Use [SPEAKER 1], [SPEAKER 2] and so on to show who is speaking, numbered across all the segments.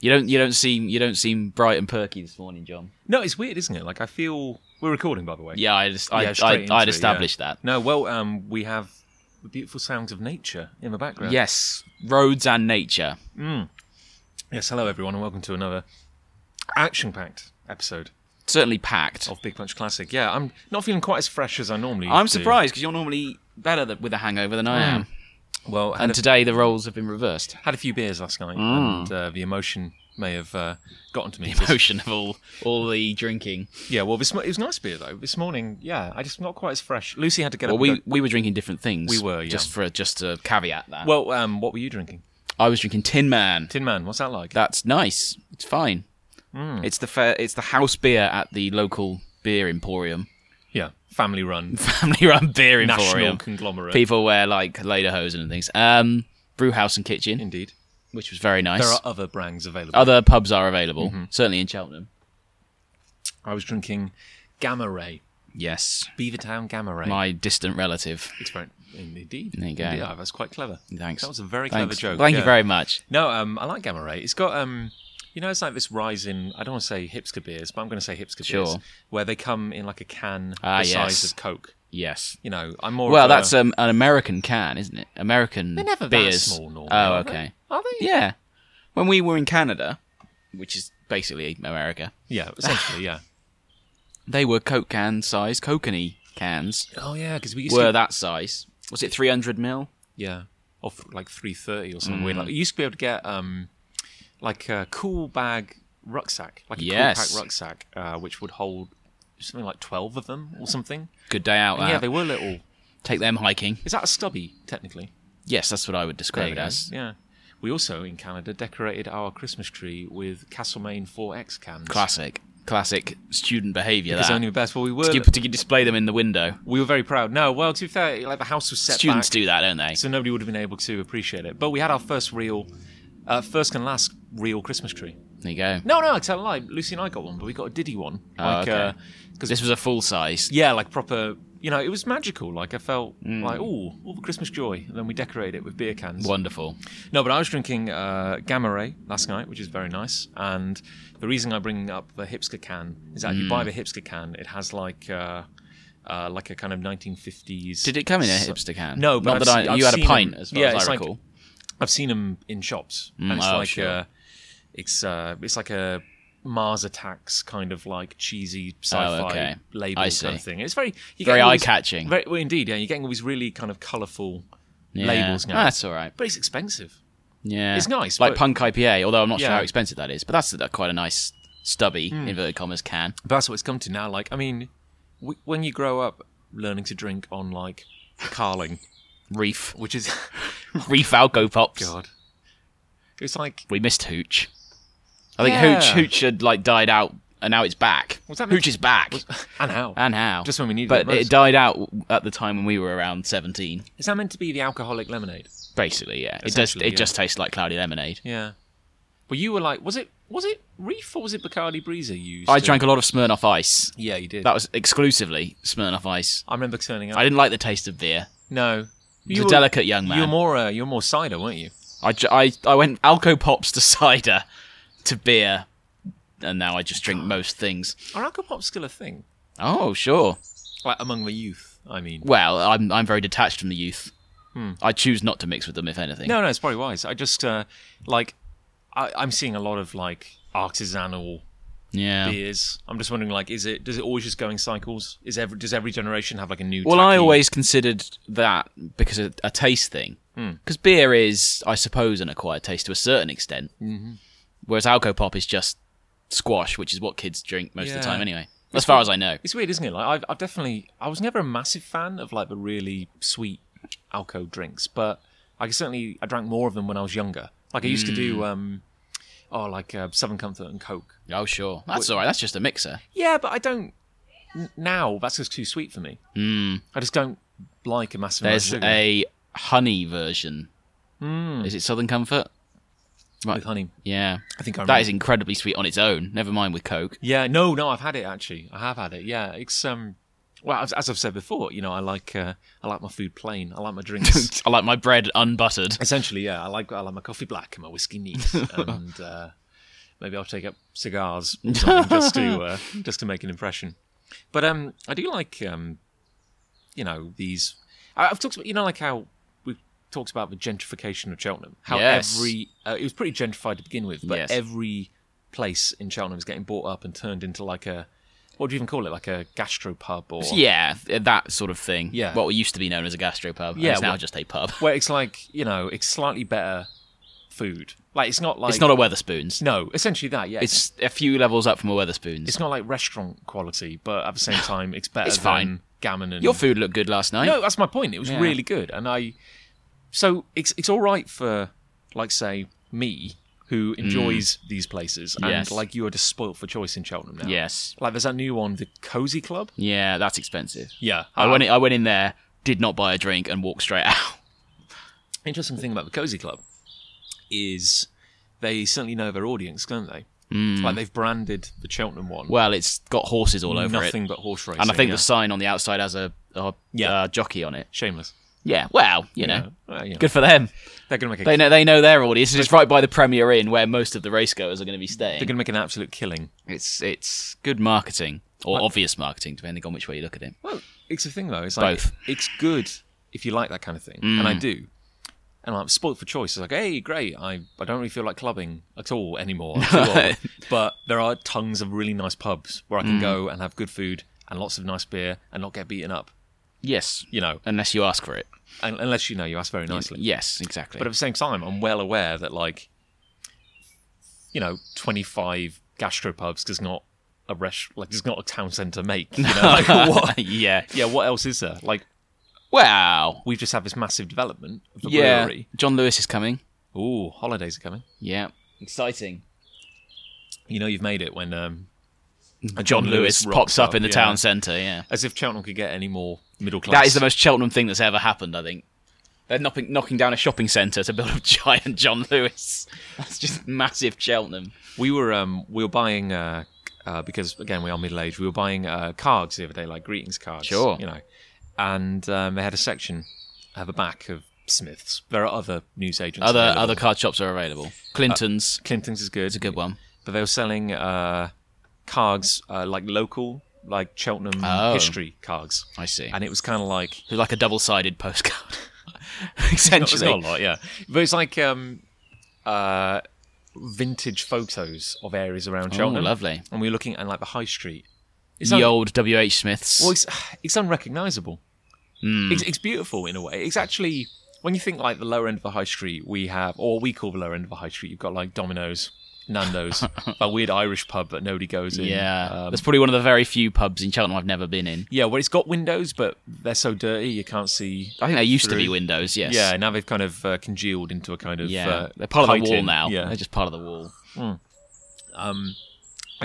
[SPEAKER 1] You don't you don't seem you don't seem bright and perky this morning, John.
[SPEAKER 2] No, it's weird, isn't it? Like I feel we're recording, by the way.
[SPEAKER 1] Yeah, I just, I,
[SPEAKER 2] Yeah, straight
[SPEAKER 1] I,
[SPEAKER 2] into
[SPEAKER 1] I, would
[SPEAKER 2] it,
[SPEAKER 1] established that.
[SPEAKER 2] No, well, um, we have the beautiful sounds of nature in the background.
[SPEAKER 1] Yes, roads and nature.
[SPEAKER 2] Yes. Hello, everyone, and welcome to another action-packed episode
[SPEAKER 1] Certainly packed.
[SPEAKER 2] of Big Punch Classic. Yeah, I'm not feeling quite as fresh as I normally.
[SPEAKER 1] I'm
[SPEAKER 2] do.
[SPEAKER 1] surprised because you're normally better th- with a hangover than I am.
[SPEAKER 2] Well, had
[SPEAKER 1] And Mm.
[SPEAKER 2] a,
[SPEAKER 1] today the roles have been reversed.
[SPEAKER 2] had a few beers last night, and uh, the emotion may have uh, gotten to me.
[SPEAKER 1] Ocean of all all the drinking.
[SPEAKER 2] yeah. Well, this, mo- it was nice beer though. This morning, yeah, I just not quite as fresh. Lucy had to get
[SPEAKER 1] Well,
[SPEAKER 2] up.
[SPEAKER 1] we
[SPEAKER 2] and
[SPEAKER 1] we were drinking different things.
[SPEAKER 2] We were, yeah.
[SPEAKER 1] Just for just to caveat that.
[SPEAKER 2] go- well, um, what were you drinking?
[SPEAKER 1] I was drinking Tin Man.
[SPEAKER 2] Tin Man. What's that like?
[SPEAKER 1] That's nice. It's fine.
[SPEAKER 2] Mm.
[SPEAKER 1] It's the fair, it's the house beer at the local beer emporium,
[SPEAKER 2] yeah, family-run,
[SPEAKER 1] family-run beer
[SPEAKER 2] national
[SPEAKER 1] emporium.
[SPEAKER 2] conglomerate.
[SPEAKER 1] People wear like lederhosen and things. Um, brew house and kitchen,
[SPEAKER 2] Indeed.
[SPEAKER 1] which was very nice.
[SPEAKER 2] There are Mm-hmm. other brands available.
[SPEAKER 1] Other pubs are available, certainly in Cheltenham.
[SPEAKER 2] I was drinking Gamma Ray,
[SPEAKER 1] Yes,
[SPEAKER 2] Beavertown Gamma Ray.
[SPEAKER 1] my distant relative.
[SPEAKER 2] It's very indeed.
[SPEAKER 1] There you go.
[SPEAKER 2] Yeah, that's quite clever.
[SPEAKER 1] Thanks.
[SPEAKER 2] That was a very
[SPEAKER 1] Thanks.
[SPEAKER 2] clever joke.
[SPEAKER 1] Thank
[SPEAKER 2] yeah.
[SPEAKER 1] you very much.
[SPEAKER 2] No, um, I like Gamma Ray. It's got um, you know, it's like this rise in. I don't want to say hipster beers, but I'm going to say hipster beers,
[SPEAKER 1] Sure.
[SPEAKER 2] where they come in like a can
[SPEAKER 1] Ah,
[SPEAKER 2] the
[SPEAKER 1] yes.
[SPEAKER 2] size of Coke.
[SPEAKER 1] Yes.
[SPEAKER 2] You know, I'm more.
[SPEAKER 1] Well,
[SPEAKER 2] of a-
[SPEAKER 1] that's um, an American can, isn't it? American
[SPEAKER 2] they're never
[SPEAKER 1] beers.
[SPEAKER 2] that small normally.
[SPEAKER 1] oh,
[SPEAKER 2] are they?
[SPEAKER 1] okay.
[SPEAKER 2] Are they?
[SPEAKER 1] Yeah. When we were in Canada, which is basically America,
[SPEAKER 2] Yeah, essentially, yeah.
[SPEAKER 1] they were Coke can size, coconut cans
[SPEAKER 2] Oh yeah, because we used
[SPEAKER 1] were
[SPEAKER 2] to.
[SPEAKER 1] that size. Was it 300 mil?
[SPEAKER 2] Yeah, or f- like three thirty or something. weird
[SPEAKER 1] Mm.
[SPEAKER 2] Like, you used to be able to get um, like a cool bag rucksack, like a
[SPEAKER 1] Yes.
[SPEAKER 2] cool pack rucksack, uh, which would hold something like twelve of them or something.
[SPEAKER 1] Good day out.
[SPEAKER 2] yeah,
[SPEAKER 1] that.
[SPEAKER 2] they were little.
[SPEAKER 1] Take them hiking.
[SPEAKER 2] Is that a stubby technically?
[SPEAKER 1] Yes, that's what I would describe it
[SPEAKER 2] go.
[SPEAKER 1] as.
[SPEAKER 2] Yeah. We also in Canada decorated our Christmas tree with Castlemaine 4X cans.
[SPEAKER 1] Classic, classic student behaviour.
[SPEAKER 2] It's
[SPEAKER 1] that.
[SPEAKER 2] only the best. Well, we were
[SPEAKER 1] you, to display them in the window.
[SPEAKER 2] we were very proud. No, well, to be fair, like the house was set
[SPEAKER 1] Students
[SPEAKER 2] back,
[SPEAKER 1] do that, don't they?
[SPEAKER 2] so nobody would have been able to appreciate it. But we had our first real, uh, first and last real Christmas tree.
[SPEAKER 1] There you go.
[SPEAKER 2] No, no, I tell a lie. Lucy and I got one, but we got a diddy one. like,
[SPEAKER 1] Oh, okay.
[SPEAKER 2] uh,
[SPEAKER 1] Because this was a full size.
[SPEAKER 2] yeah, like proper. You know, it was magical. Like I felt
[SPEAKER 1] Mm.
[SPEAKER 2] like, oh, all the Christmas joy. And then we decorated it with beer cans.
[SPEAKER 1] Wonderful.
[SPEAKER 2] No, but I was drinking uh, Gamma Ray last night, which is very nice. And the reason I bring up the Hipster can is that if you buy
[SPEAKER 1] Mm.
[SPEAKER 2] the Hipster can, it has like uh, uh, like a kind of 1950s.
[SPEAKER 1] Did it come in a hipster can?
[SPEAKER 2] No, but
[SPEAKER 1] Not
[SPEAKER 2] I've
[SPEAKER 1] that
[SPEAKER 2] se-
[SPEAKER 1] I,
[SPEAKER 2] I've
[SPEAKER 1] you had a
[SPEAKER 2] seen
[SPEAKER 1] pint
[SPEAKER 2] them.
[SPEAKER 1] as far
[SPEAKER 2] Yeah,
[SPEAKER 1] as
[SPEAKER 2] it's
[SPEAKER 1] I
[SPEAKER 2] like-
[SPEAKER 1] recall.
[SPEAKER 2] I've seen them in shops, and it's
[SPEAKER 1] oh,
[SPEAKER 2] like
[SPEAKER 1] sure.
[SPEAKER 2] uh, it's uh, it's like a Mars Attacks kind of like cheesy sci-fi
[SPEAKER 1] Oh, okay.
[SPEAKER 2] label
[SPEAKER 1] I
[SPEAKER 2] kind
[SPEAKER 1] see.
[SPEAKER 2] of thing. It's very you
[SPEAKER 1] Very eye-catching.
[SPEAKER 2] Very, well, indeed, yeah, you're getting all these really kind of colourful
[SPEAKER 1] Yeah.
[SPEAKER 2] labels now.
[SPEAKER 1] Ah, That's all right.
[SPEAKER 2] but it's expensive.
[SPEAKER 1] Yeah,
[SPEAKER 2] It's nice,
[SPEAKER 1] like
[SPEAKER 2] but-
[SPEAKER 1] Punk IPA. Although I'm not sure
[SPEAKER 2] Yeah. Hmm.
[SPEAKER 1] how expensive that is, but that's uh, quite a nice stubby inverted commas can.
[SPEAKER 2] But that's what it's come to now. Like, I mean, w- when you grow up learning to drink on like Carling,
[SPEAKER 1] Reef,
[SPEAKER 2] which is
[SPEAKER 1] Reef Alco Pops.
[SPEAKER 2] Oh God, it's like
[SPEAKER 1] We missed Hooch. I think
[SPEAKER 2] Yeah.
[SPEAKER 1] Hooch Hooch had like died out, and now it's back.
[SPEAKER 2] Was that meant
[SPEAKER 1] Hooch
[SPEAKER 2] to-
[SPEAKER 1] is back,
[SPEAKER 2] and how
[SPEAKER 1] and how?
[SPEAKER 2] Just when we needed it
[SPEAKER 1] but it,
[SPEAKER 2] most.
[SPEAKER 1] died out at the time when we were around 17.
[SPEAKER 2] is that meant to be the alcoholic lemonade?
[SPEAKER 1] Basically, yeah. It does. It
[SPEAKER 2] Essentially, yeah.
[SPEAKER 1] just tastes like cloudy lemonade.
[SPEAKER 2] Yeah. Well, you were like, was it was it Reef or was it Bacardi Breezer? You used
[SPEAKER 1] I
[SPEAKER 2] to-
[SPEAKER 1] drank a lot of Smirnoff Ice.
[SPEAKER 2] Yeah, you did.
[SPEAKER 1] That was exclusively Smirnoff Ice.
[SPEAKER 2] I remember turning up.
[SPEAKER 1] I didn't like the taste of beer.
[SPEAKER 2] no,
[SPEAKER 1] was a delicate young
[SPEAKER 2] You're
[SPEAKER 1] man.
[SPEAKER 2] more uh, you're more cider, weren't you?
[SPEAKER 1] I, ju- I, I went Alco Pops to cider to beer, and now I just drink most things.
[SPEAKER 2] Are alcohol pops still a thing?
[SPEAKER 1] Oh, sure.
[SPEAKER 2] Like among the youth, I mean.
[SPEAKER 1] Well, I'm, I'm very detached from the youth. I choose not to mix with them, if anything.
[SPEAKER 2] No, no, it's probably wise. I just uh, like I, I'm seeing a lot of like artisanal
[SPEAKER 1] yeah.
[SPEAKER 2] beers. I'm just wondering, like, is it does it always just go in cycles? Is every does every generation have like a new?
[SPEAKER 1] Well, I
[SPEAKER 2] tacky-
[SPEAKER 1] always considered that because of a taste thing.
[SPEAKER 2] Hmm.
[SPEAKER 1] Because beer is, I suppose, an acquired taste to a certain extent. Mm-hmm. Whereas Alco Pop is just squash, which is what kids drink most of
[SPEAKER 2] Yeah.
[SPEAKER 1] the time anyway, as far as I know.
[SPEAKER 2] It's weird, isn't it? Like, I've, I've definitely I was never a massive fan of like the really sweet alco drinks, but I could certainly I drank more of them when I was younger. Like I used to do, um, oh, like uh, Southern Comfort and Coke.
[SPEAKER 1] Oh, sure. That's all right. That's just a mixer.
[SPEAKER 2] Yeah, but I don't n- now. That's just too sweet for me. I just don't like a massive.
[SPEAKER 1] There's
[SPEAKER 2] amount of sugar Hmm.
[SPEAKER 1] a honey version. Is it Southern Comfort?
[SPEAKER 2] with honey.
[SPEAKER 1] Yeah.
[SPEAKER 2] I think I remember.
[SPEAKER 1] That is incredibly sweet on its own. Never mind with Coke.
[SPEAKER 2] Yeah, no, no, I've had it actually. I have had it. Yeah, it's um, well, as, as I've said before, you know, I like uh, I like my food plain. I like my drinks.
[SPEAKER 1] I like my bread unbuttered.
[SPEAKER 2] Essentially, yeah, I like I like my coffee black and my whiskey neat, and uh, maybe I'll take up cigars or something just to uh, just to make an impression. But um, I do like um, you know these. I- I've talked about you know like how we talked about the gentrification of Cheltenham. How
[SPEAKER 1] Yes.
[SPEAKER 2] every uh, it was pretty gentrified to begin with, but
[SPEAKER 1] Yes.
[SPEAKER 2] every place in Cheltenham is getting bought up and turned into like a what do you even call it like a gastropub or
[SPEAKER 1] Yeah, th- that sort of thing.
[SPEAKER 2] Yeah.
[SPEAKER 1] What used to be known as a gastropub. Yeah.
[SPEAKER 2] Yeah,
[SPEAKER 1] It's now
[SPEAKER 2] well-
[SPEAKER 1] just a pub.
[SPEAKER 2] where it's like you know it's slightly better food. Like it's not like
[SPEAKER 1] It's not a Weatherspoons.
[SPEAKER 2] no essentially that yeah
[SPEAKER 1] It's a few levels up from a Weatherspoons.
[SPEAKER 2] It's not like restaurant quality, but at the same time, it's better
[SPEAKER 1] It's
[SPEAKER 2] than
[SPEAKER 1] fine.
[SPEAKER 2] gammon and
[SPEAKER 1] Your food looked good last night.
[SPEAKER 2] No, that's my point. It was
[SPEAKER 1] Yeah.
[SPEAKER 2] really good, and I. So it's it's all right for, like, say me who enjoys these places, and
[SPEAKER 1] Mm. Yes.
[SPEAKER 2] like you are just spoilt for choice in Cheltenham now.
[SPEAKER 1] Yes.
[SPEAKER 2] Like there's that new one, the Cozy Club. Ah,
[SPEAKER 1] Yeah, that's expensive.
[SPEAKER 2] Yeah,
[SPEAKER 1] I went. In, I went in there, did not buy a drink, and walked straight out.
[SPEAKER 2] Interesting thing about the Cozy Club is they certainly know their audience, don't they? Like they've branded the Cheltenham one
[SPEAKER 1] Mm. Well, it's got horses all over it,
[SPEAKER 2] nothing but horse racing,
[SPEAKER 1] and I think
[SPEAKER 2] yeah.
[SPEAKER 1] the sign on the outside has a, a
[SPEAKER 2] Yeah.
[SPEAKER 1] uh, jockey on it.
[SPEAKER 2] shameless.
[SPEAKER 1] Yeah. Well, you know,
[SPEAKER 2] Yeah. Well, you know,
[SPEAKER 1] good for them.
[SPEAKER 2] They're gonna make a
[SPEAKER 1] They know. They know their audience. It's right by the Premier Inn, where most of the racegoers are going to be staying.
[SPEAKER 2] they're gonna make an absolute killing.
[SPEAKER 1] It's it's good marketing or obvious marketing, depending on which way you look at it.
[SPEAKER 2] Well, it's the thing though. It's like
[SPEAKER 1] Both.
[SPEAKER 2] it's good if you like that kind of thing, and I do. And I'm spoilt for choice. It's like, hey, great. I, I don't really feel like clubbing at all anymore. I'm too old. but there are tons of really nice pubs where I can go and have good food and lots of nice beer and not get beaten up.
[SPEAKER 1] Yes,
[SPEAKER 2] You know,
[SPEAKER 1] unless you ask for it.
[SPEAKER 2] un- unless you know you ask very nicely.
[SPEAKER 1] Yes, exactly.
[SPEAKER 2] But at the same time, I'm well aware that like, you know, 25 gastropubs does not a rest like does not a town centre make. You know? like, what?
[SPEAKER 1] yeah.
[SPEAKER 2] Yeah, what else is there? Like,
[SPEAKER 1] Wow.
[SPEAKER 2] we've just had this massive development of the
[SPEAKER 1] Yeah.
[SPEAKER 2] brewery.
[SPEAKER 1] John Lewis is coming.
[SPEAKER 2] Ooh, holidays are coming.
[SPEAKER 1] Yeah. Exciting.
[SPEAKER 2] You know you've made it when um,
[SPEAKER 1] Mm-hmm. John, Lewis, pops up in the
[SPEAKER 2] yeah.
[SPEAKER 1] town centre. Yeah.
[SPEAKER 2] as if Cheltenham could get any more middle class.
[SPEAKER 1] That is the most Cheltenham thing that's ever happened. I think they're knocking knocking down a shopping centre to build a giant John Lewis. That's just massive Cheltenham.
[SPEAKER 2] we were um, we were buying uh, uh, because again we are middle aged. We were buying uh, cards the other day, like greetings cards.
[SPEAKER 1] Sure.
[SPEAKER 2] you know, and um, they had a section at the back of Smiths. There are other news agents.
[SPEAKER 1] Other
[SPEAKER 2] available.
[SPEAKER 1] other card shops are available. Clinton's
[SPEAKER 2] Clinton's is good,
[SPEAKER 1] is a good one.
[SPEAKER 2] but they were selling uh, cards uh, like local, like Cheltenham
[SPEAKER 1] Oh.
[SPEAKER 2] history cards,
[SPEAKER 1] I see.
[SPEAKER 2] and it was kind of like
[SPEAKER 1] like a double sided postcard.
[SPEAKER 2] Not-
[SPEAKER 1] Essentially.
[SPEAKER 2] It's not a lot, yeah. But it's like um, uh, vintage photos of areas around Cheltenham.
[SPEAKER 1] lovely.
[SPEAKER 2] And we were looking at like the high street. It's
[SPEAKER 1] the
[SPEAKER 2] un-
[SPEAKER 1] old WH Smiths.
[SPEAKER 2] well, it's, it's unrecognisable. It's, it's beautiful in a way. It's actually when you think like the lower end of the high street, we have, or we call the lower end of the high street, you've got like Domino's, Nando's, a weird Irish pub that nobody goes in.
[SPEAKER 1] yeah.
[SPEAKER 2] Um,
[SPEAKER 1] That's probably one of the very few pubs in Cheltenham I've never been in.
[SPEAKER 2] yeah, where it's got windows, but they're so dirty you can't see.
[SPEAKER 1] I think there used to be
[SPEAKER 2] Through.
[SPEAKER 1] windows, yes.
[SPEAKER 2] Yeah, now they've kind of uh, congealed into a kind of
[SPEAKER 1] Yeah.
[SPEAKER 2] uh,
[SPEAKER 1] They're part of the wall
[SPEAKER 2] chitin.
[SPEAKER 1] now.
[SPEAKER 2] Yeah,
[SPEAKER 1] They're just part of the wall.
[SPEAKER 2] and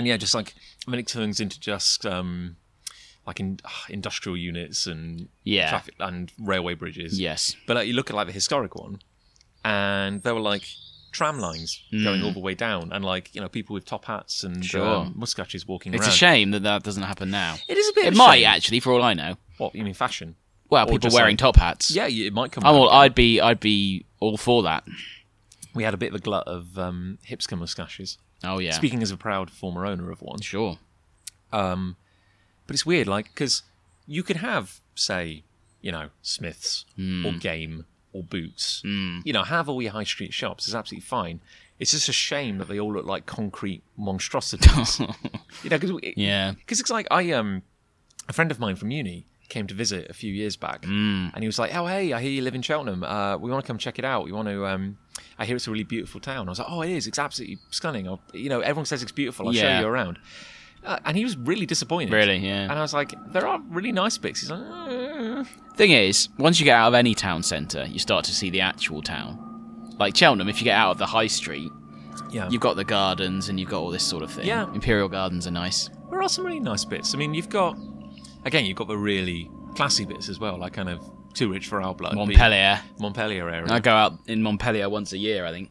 [SPEAKER 2] yeah, just like I mean, it turns into just um, like in, ugh, industrial units and
[SPEAKER 1] Yeah.
[SPEAKER 2] traffic and railway bridges.
[SPEAKER 1] Yes.
[SPEAKER 2] But like, you look at like the historic one, and there were like tram lines going all the way down, and like you know people with top hats and
[SPEAKER 1] Mm. Sure.
[SPEAKER 2] um, mustaches walking
[SPEAKER 1] It's
[SPEAKER 2] around.
[SPEAKER 1] a shame that that doesn't happen now.
[SPEAKER 2] It is a bit.
[SPEAKER 1] It
[SPEAKER 2] of a
[SPEAKER 1] might,
[SPEAKER 2] shame.
[SPEAKER 1] actually, for all I know.
[SPEAKER 2] What you mean, fashion?
[SPEAKER 1] Well,
[SPEAKER 2] Or
[SPEAKER 1] people
[SPEAKER 2] just
[SPEAKER 1] wearing
[SPEAKER 2] like-
[SPEAKER 1] top hats.
[SPEAKER 2] Yeah, you- it might come.
[SPEAKER 1] I'm all,
[SPEAKER 2] back.
[SPEAKER 1] I'd be I'd be all for that.
[SPEAKER 2] We had a bit of a glut of um, hipster mustaches.
[SPEAKER 1] Oh yeah.
[SPEAKER 2] Speaking as a proud former owner of one,
[SPEAKER 1] sure.
[SPEAKER 2] But it's weird, like, because you could have, say, you know, Smiths or Game or Boots. You know, have all your high street shops. It's absolutely fine. It's just a shame that they all look like concrete monstrosities. you know, because
[SPEAKER 1] Yeah.
[SPEAKER 2] it's like I um a friend of mine from uni came to visit a few years back,
[SPEAKER 1] Mm.
[SPEAKER 2] and he was like, "Oh, hey, I hear you live in Cheltenham. Uh, we want to come check it out. We want to." Um, I hear it's a really beautiful town. I was like, "Oh, it is. It's absolutely stunning. I'll, you know, everyone says it's beautiful. I'll
[SPEAKER 1] Yeah.
[SPEAKER 2] show you around." Uh, and he was really disappointed.
[SPEAKER 1] Really, yeah.
[SPEAKER 2] And I was like, there are really nice bits. He's like, "Mm."
[SPEAKER 1] Thing is, once you get out of any town centre, you start to see the actual town. Like Cheltenham, if you get out of the high street,
[SPEAKER 2] yeah.
[SPEAKER 1] you've got the gardens and you've got all this sort of thing.
[SPEAKER 2] Yeah.
[SPEAKER 1] Imperial Gardens are nice.
[SPEAKER 2] there are some really nice bits. I mean, you've got, again, you've got the really classy bits as well, like kind of too rich for our blood. the
[SPEAKER 1] Montpellier.
[SPEAKER 2] Montpellier area.
[SPEAKER 1] I go out in Montpellier once a year, I think.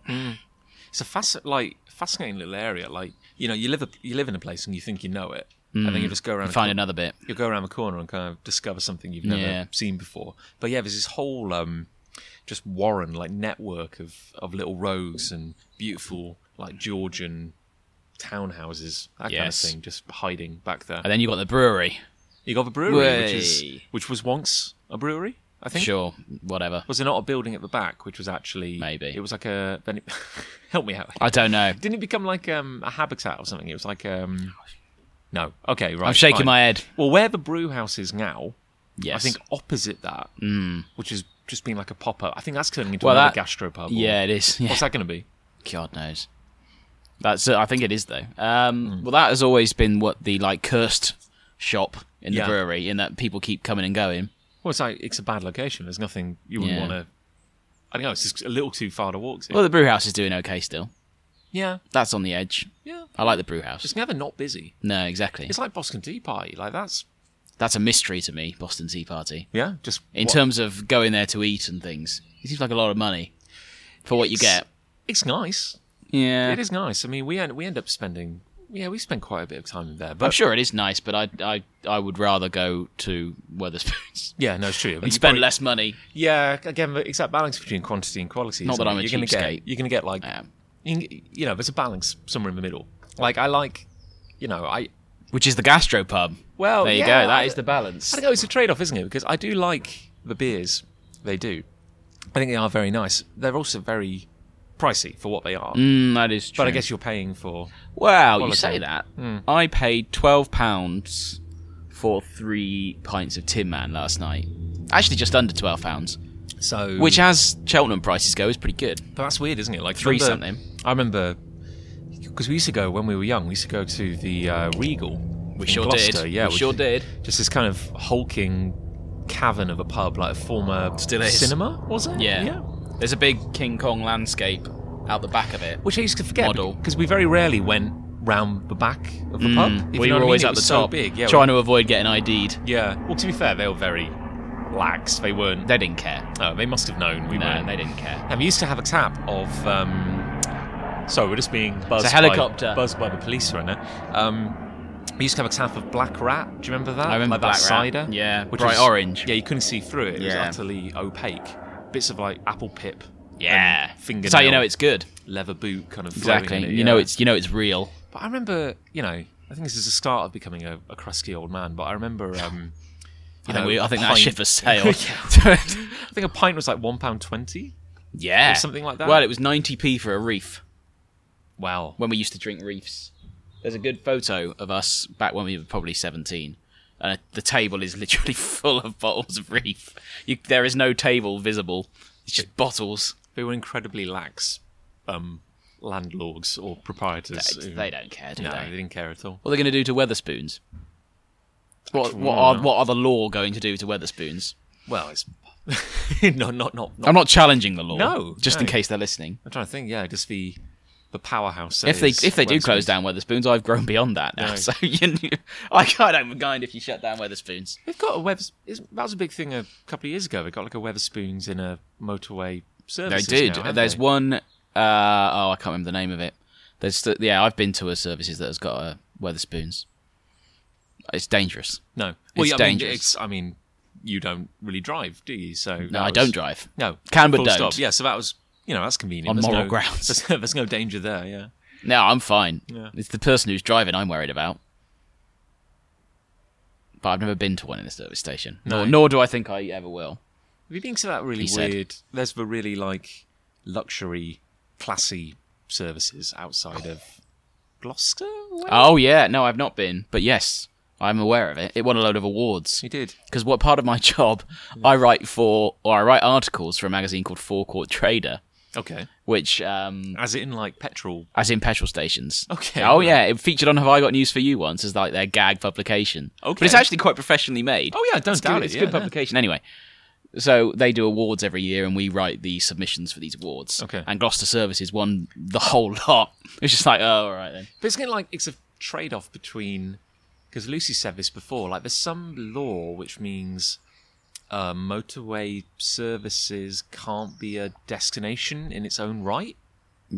[SPEAKER 2] It's a fasc- like fascinating little area. Like you know, you live a, you live in a place and you think you know it, and then
[SPEAKER 1] Mm.
[SPEAKER 2] you just go around.
[SPEAKER 1] Find
[SPEAKER 2] a
[SPEAKER 1] another bit.
[SPEAKER 2] you go around the corner and kind of discover something you've never
[SPEAKER 1] Yeah.
[SPEAKER 2] seen before. But yeah, there's this whole um, just Warren like network of of little roads and beautiful like Georgian townhouses, that
[SPEAKER 1] Yes.
[SPEAKER 2] kind of thing, just hiding back there.
[SPEAKER 1] And then you got the brewery.
[SPEAKER 2] You got the brewery, which is
[SPEAKER 1] Way.
[SPEAKER 2] which was once a brewery, I think.
[SPEAKER 1] Sure, whatever.
[SPEAKER 2] Was there not a building at the back, which was actually
[SPEAKER 1] Maybe.
[SPEAKER 2] it was like a then it, help me out.
[SPEAKER 1] I don't know.
[SPEAKER 2] Didn't it become like um, a habitat or something? It was like um, no, okay, right.
[SPEAKER 1] I'm shaking
[SPEAKER 2] fine.
[SPEAKER 1] my head.
[SPEAKER 2] Well, where the brew house is now,
[SPEAKER 1] Yes. Mm.
[SPEAKER 2] I think opposite that, which has just been like a pop up. I think that's turning into
[SPEAKER 1] Well,
[SPEAKER 2] another
[SPEAKER 1] that-
[SPEAKER 2] gastropub. or-
[SPEAKER 1] Yeah, it is. Yeah.
[SPEAKER 2] What's that going to be?
[SPEAKER 1] God knows. That's. uh, I think it is though. Um,
[SPEAKER 2] Hmm.
[SPEAKER 1] Well, that has always been what the like cursed shop in the
[SPEAKER 2] Yeah.
[SPEAKER 1] brewery, in that people keep coming and going.
[SPEAKER 2] Well, it's like it's a bad location. There's nothing you wouldn't
[SPEAKER 1] Yeah.
[SPEAKER 2] want to. I don't know. It's just a little too far to walk to.
[SPEAKER 1] Well, the brew house is doing okay still.
[SPEAKER 2] yeah,
[SPEAKER 1] That's on the edge.
[SPEAKER 2] yeah.
[SPEAKER 1] I like the brew house.
[SPEAKER 2] It's never not busy.
[SPEAKER 1] No, exactly.
[SPEAKER 2] It's like Boston Tea Party. Like that's
[SPEAKER 1] That's a mystery to me. Boston Tea Party.
[SPEAKER 2] yeah. Just
[SPEAKER 1] In
[SPEAKER 2] what-
[SPEAKER 1] terms of going there to eat and things, it seems like a lot of money for what you get.
[SPEAKER 2] it's nice.
[SPEAKER 1] Yeah,
[SPEAKER 2] It is nice. I mean, we end we end up spending. Yeah, we spend quite a bit of time there. But
[SPEAKER 1] I'm sure it is nice, but I I, I would rather go to Weatherspoons
[SPEAKER 2] yeah, no, it's true. I mean,
[SPEAKER 1] and
[SPEAKER 2] you
[SPEAKER 1] spend
[SPEAKER 2] probably-
[SPEAKER 1] less money.
[SPEAKER 2] Yeah, again, the exact balance between quantity and quality.
[SPEAKER 1] Not
[SPEAKER 2] isn't
[SPEAKER 1] that
[SPEAKER 2] it?
[SPEAKER 1] I'm a
[SPEAKER 2] you're gonna
[SPEAKER 1] cheapskate.
[SPEAKER 2] Get, you're going to get like,
[SPEAKER 1] Um,
[SPEAKER 2] you, can- you know, there's a balance somewhere in the middle. Like I like, you know, I
[SPEAKER 1] which is the gastropub.
[SPEAKER 2] Well,
[SPEAKER 1] there you
[SPEAKER 2] yeah,
[SPEAKER 1] go. That
[SPEAKER 2] I-
[SPEAKER 1] is the
[SPEAKER 2] I
[SPEAKER 1] balance.
[SPEAKER 2] don't know. It's a trade-off, isn't it? Because I do like the beers. They do. I think they are very nice. They're also very pricey for what they are.
[SPEAKER 1] Mm, that is true.
[SPEAKER 2] But I guess you're paying for.
[SPEAKER 1] Wow, you
[SPEAKER 2] Quality. Hmm.
[SPEAKER 1] say that. I paid twelve pounds for three pints of Tin Man last night. Actually, just under twelve pounds,
[SPEAKER 2] So
[SPEAKER 1] which, as Cheltenham prices go, is pretty good.
[SPEAKER 2] But that's weird, isn't it? Like
[SPEAKER 1] Three
[SPEAKER 2] remember-
[SPEAKER 1] something.
[SPEAKER 2] I remember because we used to go when we were young. We used to go to the uh, Regal.
[SPEAKER 1] We
[SPEAKER 2] in
[SPEAKER 1] sure
[SPEAKER 2] Gloucester,
[SPEAKER 1] did.
[SPEAKER 2] Yeah,
[SPEAKER 1] we
[SPEAKER 2] which-
[SPEAKER 1] sure did.
[SPEAKER 2] Just this kind of hulking cavern of a pub, like a former
[SPEAKER 1] Still is.
[SPEAKER 2] cinema, was it?
[SPEAKER 1] Yeah. There's a big King Kong landscape out the back of it.
[SPEAKER 2] Which I used to forget
[SPEAKER 1] Model.
[SPEAKER 2] because we very rarely went round the back of the pub. if you
[SPEAKER 1] Mm. we
[SPEAKER 2] know what I
[SPEAKER 1] were
[SPEAKER 2] mean.
[SPEAKER 1] always
[SPEAKER 2] It
[SPEAKER 1] at the
[SPEAKER 2] was so
[SPEAKER 1] top,
[SPEAKER 2] big. Yeah,
[SPEAKER 1] trying to avoid getting ID'd.
[SPEAKER 2] Yeah. Well, to be fair, they were very lax. They weren't.
[SPEAKER 1] They didn't care.
[SPEAKER 2] Oh, they must have known we
[SPEAKER 1] No,
[SPEAKER 2] weren't.
[SPEAKER 1] they didn't care.
[SPEAKER 2] And we used to have a tap of. Um, sorry, we're just being buzzed.
[SPEAKER 1] It's a helicopter.
[SPEAKER 2] By, buzzed by the police right now. Um, we used to have a tap of Black Rat. Do you remember that?
[SPEAKER 1] I remember
[SPEAKER 2] like
[SPEAKER 1] Black
[SPEAKER 2] that
[SPEAKER 1] Rat.
[SPEAKER 2] cider.
[SPEAKER 1] Yeah, bright orange.
[SPEAKER 2] Yeah, you couldn't see through it. It
[SPEAKER 1] Yeah.
[SPEAKER 2] was utterly opaque. Bits of like apple pip.
[SPEAKER 1] Yeah,
[SPEAKER 2] and fingernail.
[SPEAKER 1] That's how you know it's good.
[SPEAKER 2] leather boot kind of. flowing
[SPEAKER 1] Exactly.
[SPEAKER 2] in it,
[SPEAKER 1] You know
[SPEAKER 2] yeah.
[SPEAKER 1] it's you know it's real.
[SPEAKER 2] But I remember, you know, I think this is the start of becoming a, a crusty old man. But I remember, um,
[SPEAKER 1] I
[SPEAKER 2] you
[SPEAKER 1] think,
[SPEAKER 2] know,
[SPEAKER 1] we, I
[SPEAKER 2] a
[SPEAKER 1] think that
[SPEAKER 2] pint-
[SPEAKER 1] ship has sailed.
[SPEAKER 2] I think a pint was like one pound twenty.
[SPEAKER 1] yeah,
[SPEAKER 2] Or something like that.
[SPEAKER 1] Well, it was 90p for a reef
[SPEAKER 2] Wow.
[SPEAKER 1] when we used to drink reefs. There's a good photo of us back when we were probably 17, and the table is literally full of bottles of reef. You, there is no table visible; it's just bottles.
[SPEAKER 2] They were incredibly lax um, landlords or proprietors.
[SPEAKER 1] They,
[SPEAKER 2] who-
[SPEAKER 1] they don't care, do
[SPEAKER 2] No,
[SPEAKER 1] they?
[SPEAKER 2] they didn't care at all.
[SPEAKER 1] What are they going to do to Weatherspoons? What, what
[SPEAKER 2] I
[SPEAKER 1] are
[SPEAKER 2] don't know.
[SPEAKER 1] what are the law going to do to Weatherspoons?
[SPEAKER 2] Well, it's no, not not. not
[SPEAKER 1] I'm not challenging the law.
[SPEAKER 2] No,
[SPEAKER 1] just in
[SPEAKER 2] no.
[SPEAKER 1] case they're listening.
[SPEAKER 2] I'm trying to think. Yeah, just the the powerhouse. that
[SPEAKER 1] If they
[SPEAKER 2] is
[SPEAKER 1] if they do
[SPEAKER 2] Webster's.
[SPEAKER 1] close down Weatherspoons, I've grown beyond that now.
[SPEAKER 2] No.
[SPEAKER 1] So you, you- I don't mind if you shut down Weatherspoons.
[SPEAKER 2] they've got a web. is- That was a big thing a couple of years ago. They got like a Weatherspoons in a
[SPEAKER 1] They
[SPEAKER 2] motorway service.
[SPEAKER 1] did.
[SPEAKER 2] Now, haven't
[SPEAKER 1] There's
[SPEAKER 2] they?
[SPEAKER 1] one. Uh, oh, I can't remember the name of it. There's th- yeah, I've been to a services that has got a Weatherspoons. It's dangerous.
[SPEAKER 2] No,
[SPEAKER 1] It's
[SPEAKER 2] yeah, I
[SPEAKER 1] dangerous.
[SPEAKER 2] mean, it's, I mean, you don't really drive, do you? So
[SPEAKER 1] No, I don't drive.
[SPEAKER 2] No,
[SPEAKER 1] Can but
[SPEAKER 2] full
[SPEAKER 1] don't.
[SPEAKER 2] Stop. Yeah, so that was you know that's convenient
[SPEAKER 1] On
[SPEAKER 2] There's
[SPEAKER 1] moral
[SPEAKER 2] no-
[SPEAKER 1] grounds.
[SPEAKER 2] There's, there's no danger there. Yeah,
[SPEAKER 1] No, I'm fine.
[SPEAKER 2] Yeah.
[SPEAKER 1] It's the person who's driving I'm worried about. But I've never been to one in a service station.
[SPEAKER 2] No.
[SPEAKER 1] Nor, nor do I think I ever will.
[SPEAKER 2] have you been to that really
[SPEAKER 1] He said.
[SPEAKER 2] weird? There's the really like luxury, classy services outside of Gloucester. Where?
[SPEAKER 1] Oh yeah, no, I've not been. But yes, I'm aware of it. It won a load of awards.
[SPEAKER 2] you did.
[SPEAKER 1] because what part of my job I write for, or I write articles for a magazine called Forecourt Trader,
[SPEAKER 2] Okay,
[SPEAKER 1] which um,
[SPEAKER 2] as in like petrol.
[SPEAKER 1] as in petrol stations.
[SPEAKER 2] Okay,
[SPEAKER 1] Oh
[SPEAKER 2] right.
[SPEAKER 1] yeah, it featured on Have I Got News for You once as like their gag publication. But
[SPEAKER 2] Okay.
[SPEAKER 1] it's actually quite professionally made.
[SPEAKER 2] Oh yeah, don't
[SPEAKER 1] it's
[SPEAKER 2] doubt
[SPEAKER 1] good,
[SPEAKER 2] it.
[SPEAKER 1] It's a
[SPEAKER 2] yeah,
[SPEAKER 1] good
[SPEAKER 2] no.
[SPEAKER 1] publication anyway. So they do awards every year, and we write the submissions for these awards.
[SPEAKER 2] Okay.
[SPEAKER 1] And Gloucester Services won the whole lot. It's just like, oh, all right then.
[SPEAKER 2] But it's kind of like it's a trade-off between because Lucy said this before. Like, there's some law which means uh, motorway services can't be a destination in its own right.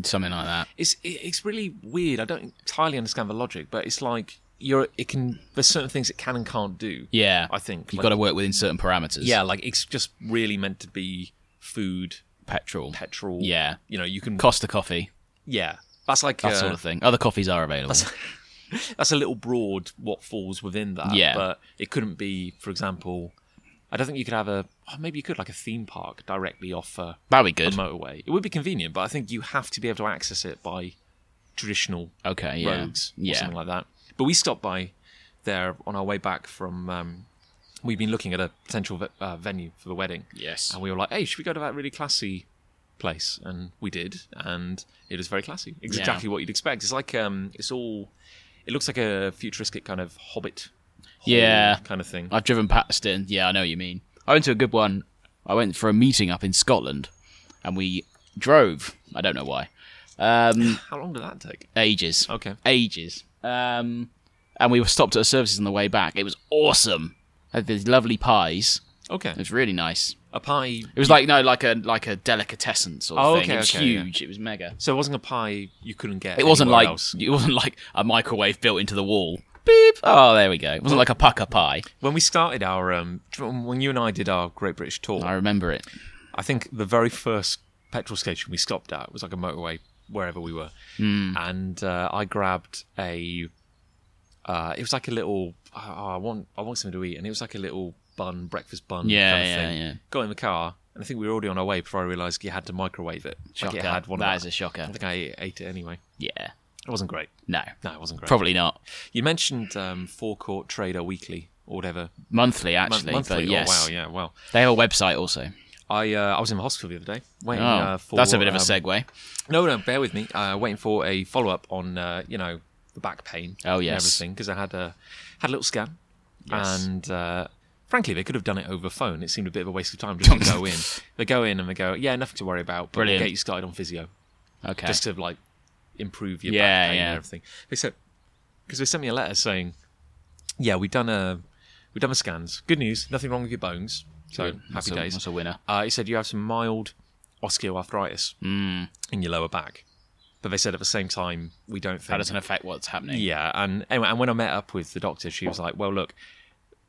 [SPEAKER 1] Something like that.
[SPEAKER 2] It's it, it's really weird. I don't entirely understand the logic, but it's like you're it can there's certain things it can and can't do.
[SPEAKER 1] Yeah.
[SPEAKER 2] I think
[SPEAKER 1] you've
[SPEAKER 2] like-
[SPEAKER 1] got to work within certain parameters.
[SPEAKER 2] Yeah, like it's just really meant to be food,
[SPEAKER 1] Petrol.
[SPEAKER 2] petrol.
[SPEAKER 1] Yeah.
[SPEAKER 2] you know, you can
[SPEAKER 1] Costa coffee.
[SPEAKER 2] yeah. That's like
[SPEAKER 1] that
[SPEAKER 2] uh,
[SPEAKER 1] sort of thing. Other coffees are available.
[SPEAKER 2] that's a little broad what falls within that.
[SPEAKER 1] Yeah.
[SPEAKER 2] But it couldn't be, for example, I don't think you could have a. Oh, maybe you could like a theme park directly off a,
[SPEAKER 1] That'd be
[SPEAKER 2] a
[SPEAKER 1] good.
[SPEAKER 2] motorway. It would be convenient, but I think you have to be able to access it by traditional
[SPEAKER 1] Okay, yeah,
[SPEAKER 2] roads or
[SPEAKER 1] yeah.
[SPEAKER 2] something like that. But we stopped by there on our way back from. Um, we've been looking at a potential ve- uh, venue for the wedding.
[SPEAKER 1] yes.
[SPEAKER 2] And we were like, hey, should we go to that really classy place? And we did, and it was very classy. It's
[SPEAKER 1] Yeah.
[SPEAKER 2] exactly what you'd expect. It's like um it's all it looks like a futuristic kind of hobbit hall
[SPEAKER 1] Yeah.
[SPEAKER 2] kind of thing.
[SPEAKER 1] I've driven past it. And, yeah, I know what you mean. I went to a good one. I went for a meeting up in Scotland, and we drove. I don't know why. Um,
[SPEAKER 2] How long did that take?
[SPEAKER 1] ages.
[SPEAKER 2] Okay.
[SPEAKER 1] Ages. Um, and we were stopped at a services on the way back. It was awesome. Had these lovely pies. It
[SPEAKER 2] Okay.
[SPEAKER 1] was really nice.
[SPEAKER 2] A pie
[SPEAKER 1] It was like no, like a like a delicatessen sort of
[SPEAKER 2] Oh,
[SPEAKER 1] thing.
[SPEAKER 2] okay,
[SPEAKER 1] it was
[SPEAKER 2] okay, yeah.
[SPEAKER 1] huge. It was mega.
[SPEAKER 2] so it wasn't a pie you couldn't get.
[SPEAKER 1] It wasn't
[SPEAKER 2] anywhere
[SPEAKER 1] like
[SPEAKER 2] else.
[SPEAKER 1] it wasn't like a microwave built into the wall. Beep. Oh, there we go. It wasn't like a pucker pie.
[SPEAKER 2] when we started our um when you and I did our Great British tour.
[SPEAKER 1] I remember it.
[SPEAKER 2] I think the very first petrol station we stopped at was like a motorway wherever we were,
[SPEAKER 1] Hmm.
[SPEAKER 2] and uh, I grabbed a. Uh, it was like a little. Oh, I want. I want something to eat, and it was like a little bun, breakfast bun.
[SPEAKER 1] Yeah,
[SPEAKER 2] kind of
[SPEAKER 1] yeah,
[SPEAKER 2] thing.
[SPEAKER 1] yeah.
[SPEAKER 2] Got in the car, and I think we were already on our way before I realised you had to microwave it. Like
[SPEAKER 1] Shocker.
[SPEAKER 2] it had one.
[SPEAKER 1] That
[SPEAKER 2] of
[SPEAKER 1] is a shocker.
[SPEAKER 2] I think I ate it anyway.
[SPEAKER 1] Yeah.
[SPEAKER 2] It wasn't great.
[SPEAKER 1] No.
[SPEAKER 2] No, it wasn't great.
[SPEAKER 1] Probably not.
[SPEAKER 2] You mentioned um, Forecourt Trader Weekly or whatever.
[SPEAKER 1] Monthly
[SPEAKER 2] Mon-
[SPEAKER 1] actually.
[SPEAKER 2] monthly.
[SPEAKER 1] But yes.
[SPEAKER 2] Oh wow. Yeah. Well,
[SPEAKER 1] They have a website also.
[SPEAKER 2] I uh, I was in the hospital the other day
[SPEAKER 1] Oh,
[SPEAKER 2] waiting uh, for.
[SPEAKER 1] that's a bit of a
[SPEAKER 2] um,
[SPEAKER 1] segue.
[SPEAKER 2] No, no, bear with me. Uh, waiting for a follow up on, uh, you know, the back pain.
[SPEAKER 1] Oh,
[SPEAKER 2] and
[SPEAKER 1] yes.
[SPEAKER 2] everything because I had a had a little scan,
[SPEAKER 1] Yes.
[SPEAKER 2] and uh, frankly, they could have done it over phone. It seemed a bit of a waste of time just to go in. They go in and they go, yeah, nothing to worry about. But
[SPEAKER 1] Brilliant.
[SPEAKER 2] We'll get you started on physio
[SPEAKER 1] Okay.
[SPEAKER 2] just to like improve your
[SPEAKER 1] Yeah,
[SPEAKER 2] back pain
[SPEAKER 1] yeah.
[SPEAKER 2] and everything. They said because they sent me a letter saying, yeah, we've done a we've done the scans. Good news, nothing wrong with your bones. So
[SPEAKER 1] Good. That's
[SPEAKER 2] happy
[SPEAKER 1] a-
[SPEAKER 2] days.
[SPEAKER 1] That's a winner.
[SPEAKER 2] Uh, he said you have some mild osteoarthritis
[SPEAKER 1] Mm.
[SPEAKER 2] in your lower back. But they said at the same time, we don't
[SPEAKER 1] That
[SPEAKER 2] think.
[SPEAKER 1] doesn't affect what's happening.
[SPEAKER 2] yeah, and anyway, and when I met up with the doctor, she was like, "Well, look,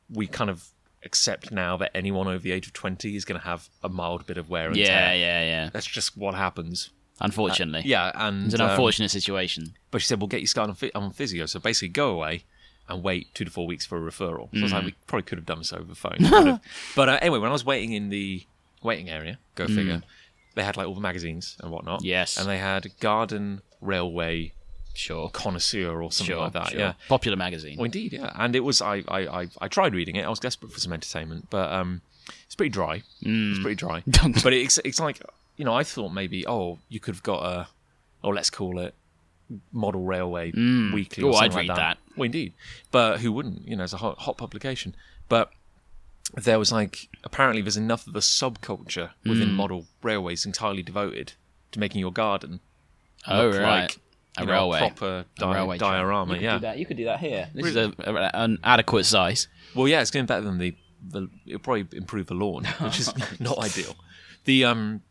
[SPEAKER 2] we kind of accept now that anyone over the age of twenty is going to have a mild bit of wear and
[SPEAKER 1] Yeah,
[SPEAKER 2] tear.
[SPEAKER 1] yeah, yeah.
[SPEAKER 2] That's just what happens."
[SPEAKER 1] Unfortunately.
[SPEAKER 2] Uh, Yeah, and
[SPEAKER 1] It's an
[SPEAKER 2] um,
[SPEAKER 1] unfortunate situation.
[SPEAKER 2] but she said, "We'll get you started on, phy- on physio." So basically, go away and wait two to four weeks for a referral. So I was
[SPEAKER 1] Mm.
[SPEAKER 2] like, "We probably could have done this over the phone." Could have. but uh, anyway, when I was waiting in the waiting area, go figure, they had like all the magazines and whatnot.
[SPEAKER 1] Mm. Yes.
[SPEAKER 2] and they had Garden Railway
[SPEAKER 1] Sure.
[SPEAKER 2] Connoisseur or something
[SPEAKER 1] Sure.
[SPEAKER 2] like that.
[SPEAKER 1] sure.
[SPEAKER 2] Yeah.
[SPEAKER 1] Popular magazine.
[SPEAKER 2] Well, Oh, indeed, yeah. And it was I, I, I, I tried reading it. I was desperate for some entertainment, but um, it's pretty dry.
[SPEAKER 1] Mm.
[SPEAKER 2] It's pretty dry. but it's it's like you know I thought maybe oh you could have got a or let's call it model railway weekly.
[SPEAKER 1] Oh,
[SPEAKER 2] or something
[SPEAKER 1] I'd
[SPEAKER 2] like
[SPEAKER 1] read
[SPEAKER 2] that. Well, indeed, but who wouldn't? You know, it's a hot, hot publication. But there was like apparently there's enough of a subculture
[SPEAKER 1] Mm.
[SPEAKER 2] within model railways entirely devoted to making your garden
[SPEAKER 1] Oh,
[SPEAKER 2] look
[SPEAKER 1] right.
[SPEAKER 2] like
[SPEAKER 1] A
[SPEAKER 2] you know,
[SPEAKER 1] railway.
[SPEAKER 2] proper di-
[SPEAKER 1] railway track.
[SPEAKER 2] diorama.
[SPEAKER 1] You could
[SPEAKER 2] yeah.
[SPEAKER 1] do that. You could do that here. This is a, a- an adequate size.
[SPEAKER 2] Well, yeah, it's going better than the. the it'll probably improve the lawn, which is not ideal. The um,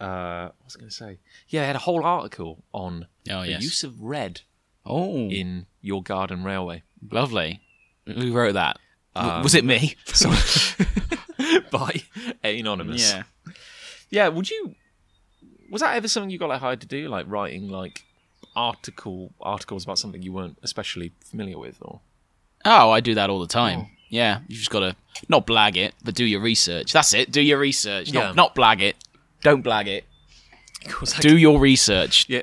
[SPEAKER 2] uh, what was I going to say? Yeah, I had a whole article on
[SPEAKER 1] Oh,
[SPEAKER 2] the
[SPEAKER 1] yes.
[SPEAKER 2] use of red
[SPEAKER 1] Oh,
[SPEAKER 2] in your garden railway
[SPEAKER 1] lovely. Who wrote that? Um, W- was it me?
[SPEAKER 2] by anonymous. yeah. Would you? Was that ever something you got like hired to do, like writing like article articles about something you weren't especially familiar with, or?
[SPEAKER 1] Oh, I do that all the time. Yeah, you just gotta not blag it, but do your research. That's it. Do your research.
[SPEAKER 2] Yeah.
[SPEAKER 1] Not, not blag it. Don't blag it.
[SPEAKER 2] Was that-
[SPEAKER 1] Do your research.
[SPEAKER 2] yeah.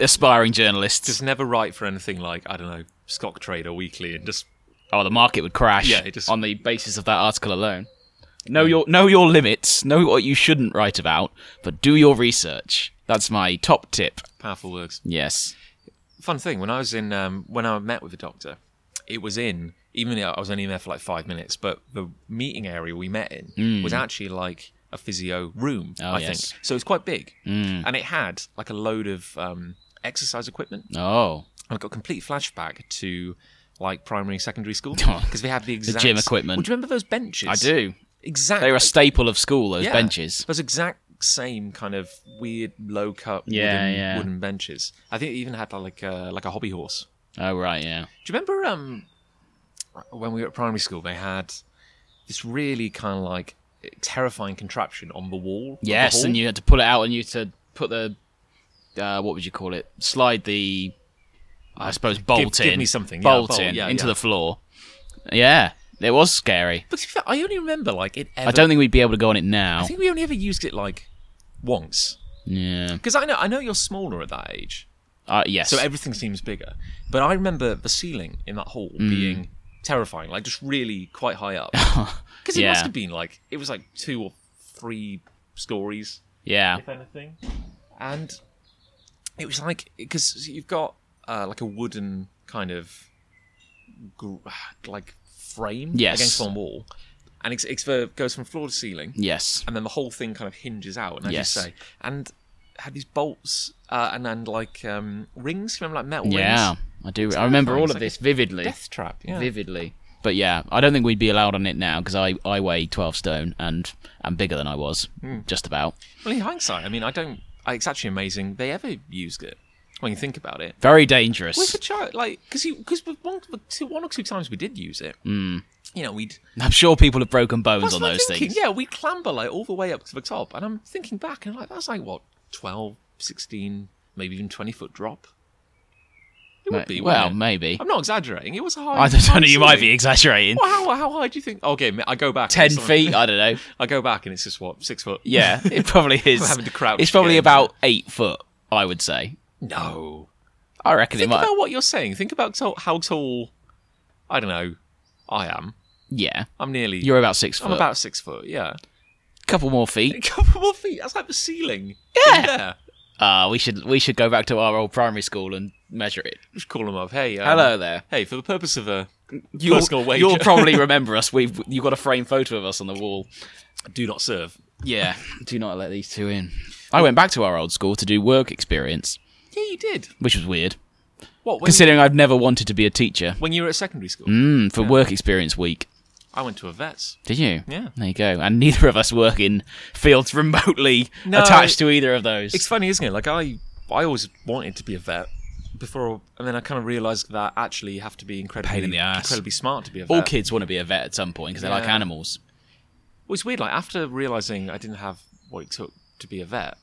[SPEAKER 1] Aspiring journalists.
[SPEAKER 2] Just never write for anything like I don't know, Stock Trader Weekly, and just
[SPEAKER 1] oh, the market would crash.
[SPEAKER 2] Yeah, it just-
[SPEAKER 1] on the basis of that article alone. Know your know your limits. Know what you shouldn't write about, but do your research. That's my top tip.
[SPEAKER 2] powerful words.
[SPEAKER 1] Yes.
[SPEAKER 2] fun thing when I was in um, when I met with the doctor, it was in even though I was only in there for like five minutes, but the meeting area we met in was actually like a physio room,
[SPEAKER 1] Mm. Oh,
[SPEAKER 2] I
[SPEAKER 1] yes. Mm.
[SPEAKER 2] think. So it was quite big, and it had like a load of um, exercise equipment.
[SPEAKER 1] Oh,
[SPEAKER 2] I got a complete flashback to like primary secondary school
[SPEAKER 1] Oh.
[SPEAKER 2] because they have the exact
[SPEAKER 1] gym equipment.
[SPEAKER 2] Well, do you remember those benches?
[SPEAKER 1] I do.
[SPEAKER 2] exactly.
[SPEAKER 1] They were a staple of school. Those
[SPEAKER 2] Yeah.
[SPEAKER 1] benches.
[SPEAKER 2] Those exact same kind of weird low cut
[SPEAKER 1] Yeah,
[SPEAKER 2] wooden,
[SPEAKER 1] yeah.
[SPEAKER 2] wooden benches. I think they even had like a, like a hobby horse.
[SPEAKER 1] Oh right, yeah.
[SPEAKER 2] Do you remember um, when we were at primary school? They had this really kind of like terrifying contraption on the wall. of the
[SPEAKER 1] Yes,
[SPEAKER 2] hall?
[SPEAKER 1] and you had to pull it out, and you had to put the uh, what would you call it? Slide the, I suppose, bolt in.
[SPEAKER 2] give me something, yeah,
[SPEAKER 1] Bolt
[SPEAKER 2] bolt,
[SPEAKER 1] in
[SPEAKER 2] yeah,
[SPEAKER 1] into
[SPEAKER 2] yeah.
[SPEAKER 1] the floor. Yeah, it was scary.
[SPEAKER 2] But to be fair, I only remember like it. Ever,
[SPEAKER 1] I don't think we'd be able to go on it now.
[SPEAKER 2] I think we only ever used it like once.
[SPEAKER 1] yeah.
[SPEAKER 2] Because I know I know you're smaller at that age,
[SPEAKER 1] Uh, yes.
[SPEAKER 2] so everything seems bigger. But I remember the ceiling in that hall
[SPEAKER 1] Mm.
[SPEAKER 2] being terrifying, like just really quite high up. Because it
[SPEAKER 1] Yeah.
[SPEAKER 2] must have been like it was like two or three stories,
[SPEAKER 1] yeah.
[SPEAKER 2] if anything. And it was like because you've got uh, like a wooden kind of gr- like frame
[SPEAKER 1] Yes.
[SPEAKER 2] against one wall, and it's, it's the, goes from floor to ceiling
[SPEAKER 1] Yes.
[SPEAKER 2] and then the whole thing kind of hinges out, and as
[SPEAKER 1] Yes.
[SPEAKER 2] you say, and had these bolts uh, and and like um, rings, remember like metal
[SPEAKER 1] Yeah.
[SPEAKER 2] rings,
[SPEAKER 1] I do. I remember all
[SPEAKER 2] It's
[SPEAKER 1] of
[SPEAKER 2] like
[SPEAKER 1] this
[SPEAKER 2] a
[SPEAKER 1] vividly.
[SPEAKER 2] death trap, yeah.
[SPEAKER 1] Vividly. But yeah, I don't think we'd be allowed on it now because I, I weigh 12 stone and am bigger than I was,
[SPEAKER 2] Hmm.
[SPEAKER 1] just about.
[SPEAKER 2] Well, in hindsight, I mean, I don't. I, it's actually amazing they ever used it when you think about it.
[SPEAKER 1] Very
[SPEAKER 2] With
[SPEAKER 1] dangerous.
[SPEAKER 2] a child, like because you because one two one or two times we did use it, mm. you know we'd
[SPEAKER 1] I'm sure people have broken bones
[SPEAKER 2] that's
[SPEAKER 1] on
[SPEAKER 2] what I'm
[SPEAKER 1] those
[SPEAKER 2] thinking,
[SPEAKER 1] things.
[SPEAKER 2] yeah we'd clamber like all the way up to the top, and I'm thinking back and like that's like what 12, 16, maybe even twenty foot drop. It
[SPEAKER 1] Ma-
[SPEAKER 2] would be wouldn't
[SPEAKER 1] well,
[SPEAKER 2] it?
[SPEAKER 1] maybe.
[SPEAKER 2] I'm not exaggerating. It was a high.
[SPEAKER 1] I don't
[SPEAKER 2] high
[SPEAKER 1] know. You might
[SPEAKER 2] ceiling.
[SPEAKER 1] be exaggerating.
[SPEAKER 2] Well, how, how high do you think? Okay, I go back.
[SPEAKER 1] Ten
[SPEAKER 2] and it's like-
[SPEAKER 1] feet? I don't know.
[SPEAKER 2] I go back and it's just what six foot.
[SPEAKER 1] Yeah, it probably is.
[SPEAKER 2] having to crouch
[SPEAKER 1] It's probably
[SPEAKER 2] again.
[SPEAKER 1] about eight foot. I would say.
[SPEAKER 2] No.
[SPEAKER 1] I reckon
[SPEAKER 2] Think
[SPEAKER 1] it might.
[SPEAKER 2] about what you're saying. Think about to- how tall. I don't know. I am.
[SPEAKER 1] Yeah,
[SPEAKER 2] I'm nearly.
[SPEAKER 1] you're about six foot.
[SPEAKER 2] I'm about six foot. Yeah.
[SPEAKER 1] a couple more
[SPEAKER 2] A
[SPEAKER 1] feet.
[SPEAKER 2] couple more feet. That's like the ceiling. Yeah. There.
[SPEAKER 1] Ah, we should we should go back to our old primary school and measure it.
[SPEAKER 2] Just call him up. Hey. Um,
[SPEAKER 1] Hello there.
[SPEAKER 2] Hey, for the purpose of a
[SPEAKER 1] You'll,
[SPEAKER 2] personal wager,
[SPEAKER 1] you'll probably remember us. We've you've got a framed photo of us on the wall.
[SPEAKER 2] do not serve.
[SPEAKER 1] Yeah. Do not let these two in. I went back to our old school to do work experience,
[SPEAKER 2] Yeah, you did.
[SPEAKER 1] which was weird,
[SPEAKER 2] What when,
[SPEAKER 1] considering I've never wanted to be a teacher.
[SPEAKER 2] when you were at secondary school?
[SPEAKER 1] Mm, for work experience week.
[SPEAKER 2] I went to a vet's.
[SPEAKER 1] Did you?
[SPEAKER 2] Yeah.
[SPEAKER 1] There you go. And neither of us work in fields remotely
[SPEAKER 2] No,
[SPEAKER 1] attached to either of those.
[SPEAKER 2] It's funny, isn't it? Like I, I always wanted to be a vet before, and then I kind of realised that actually you have to be incredibly,
[SPEAKER 1] Pain in the ass.
[SPEAKER 2] incredibly smart to be a vet.
[SPEAKER 1] All kids want to be a vet at some point because they like
[SPEAKER 2] Yeah.
[SPEAKER 1] animals.
[SPEAKER 2] Well, it's weird. Like after realising I didn't have what it took to be a vet,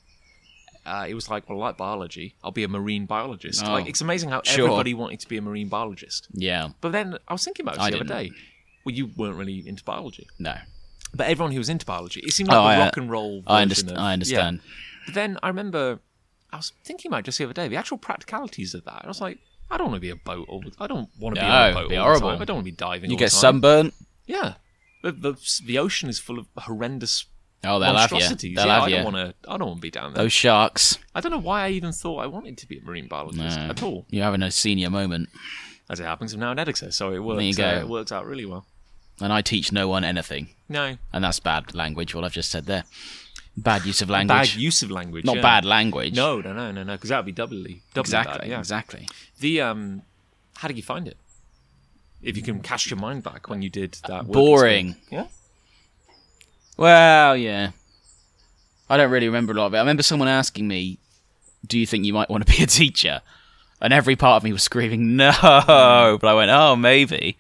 [SPEAKER 2] uh, it was like, well, I like biology, I'll be a marine biologist.
[SPEAKER 1] Oh.
[SPEAKER 2] Like it's amazing how
[SPEAKER 1] Sure.
[SPEAKER 2] everybody wanted to be a marine biologist.
[SPEAKER 1] Yeah.
[SPEAKER 2] But then I was thinking about it
[SPEAKER 1] I
[SPEAKER 2] the other day.
[SPEAKER 1] didn't.
[SPEAKER 2] Well, you weren't really into biology,
[SPEAKER 1] No.
[SPEAKER 2] but everyone who was into biology, it seemed like
[SPEAKER 1] Oh,
[SPEAKER 2] a
[SPEAKER 1] I, uh,
[SPEAKER 2] rock and roll.
[SPEAKER 1] I,
[SPEAKER 2] version
[SPEAKER 1] underst-
[SPEAKER 2] of-
[SPEAKER 1] I
[SPEAKER 2] yeah.
[SPEAKER 1] understand.
[SPEAKER 2] But then I remember I was thinking about it just the other day the actual practicalities of that. I was like, I don't want to be a boat. All the, I don't want to be on a
[SPEAKER 1] No,
[SPEAKER 2] boat.
[SPEAKER 1] be
[SPEAKER 2] all the time.
[SPEAKER 1] horrible.
[SPEAKER 2] I don't want to be diving.
[SPEAKER 1] You
[SPEAKER 2] all
[SPEAKER 1] get
[SPEAKER 2] the time.
[SPEAKER 1] sunburnt?
[SPEAKER 2] Yeah, the, the the ocean is full of horrendous
[SPEAKER 1] Oh, they'll have you.
[SPEAKER 2] monstrosities.
[SPEAKER 1] They'll
[SPEAKER 2] yeah,
[SPEAKER 1] have Oh.
[SPEAKER 2] I
[SPEAKER 1] you.
[SPEAKER 2] don't want to. I don't want to be down there.
[SPEAKER 1] Those sharks.
[SPEAKER 2] I don't know why I even thought I wanted to be a marine biologist
[SPEAKER 1] No.
[SPEAKER 2] at all.
[SPEAKER 1] You're having a senior moment.
[SPEAKER 2] As it happens, I'm now an editor, so it worked.
[SPEAKER 1] you go.
[SPEAKER 2] Uh, it worked out really well.
[SPEAKER 1] And I teach no one anything.
[SPEAKER 2] No
[SPEAKER 1] And that's bad language, what I've just said there. Bad use of language.
[SPEAKER 2] bad use of language.
[SPEAKER 1] Not
[SPEAKER 2] yeah.
[SPEAKER 1] bad language.
[SPEAKER 2] No, no, no, no, no. Because that would be doubly, doubly
[SPEAKER 1] Exactly.
[SPEAKER 2] bad, yeah.
[SPEAKER 1] Exactly.
[SPEAKER 2] The um, how did you find it? If you can cast your mind back when you did that. work
[SPEAKER 1] Boring.
[SPEAKER 2] experience. Yeah.
[SPEAKER 1] Well, yeah. I don't really remember a lot of it. I remember someone asking me, "Do you think you might want to be a teacher?" And every part of me was screaming, "No!"
[SPEAKER 2] Mm.
[SPEAKER 1] But I went, "Oh, maybe."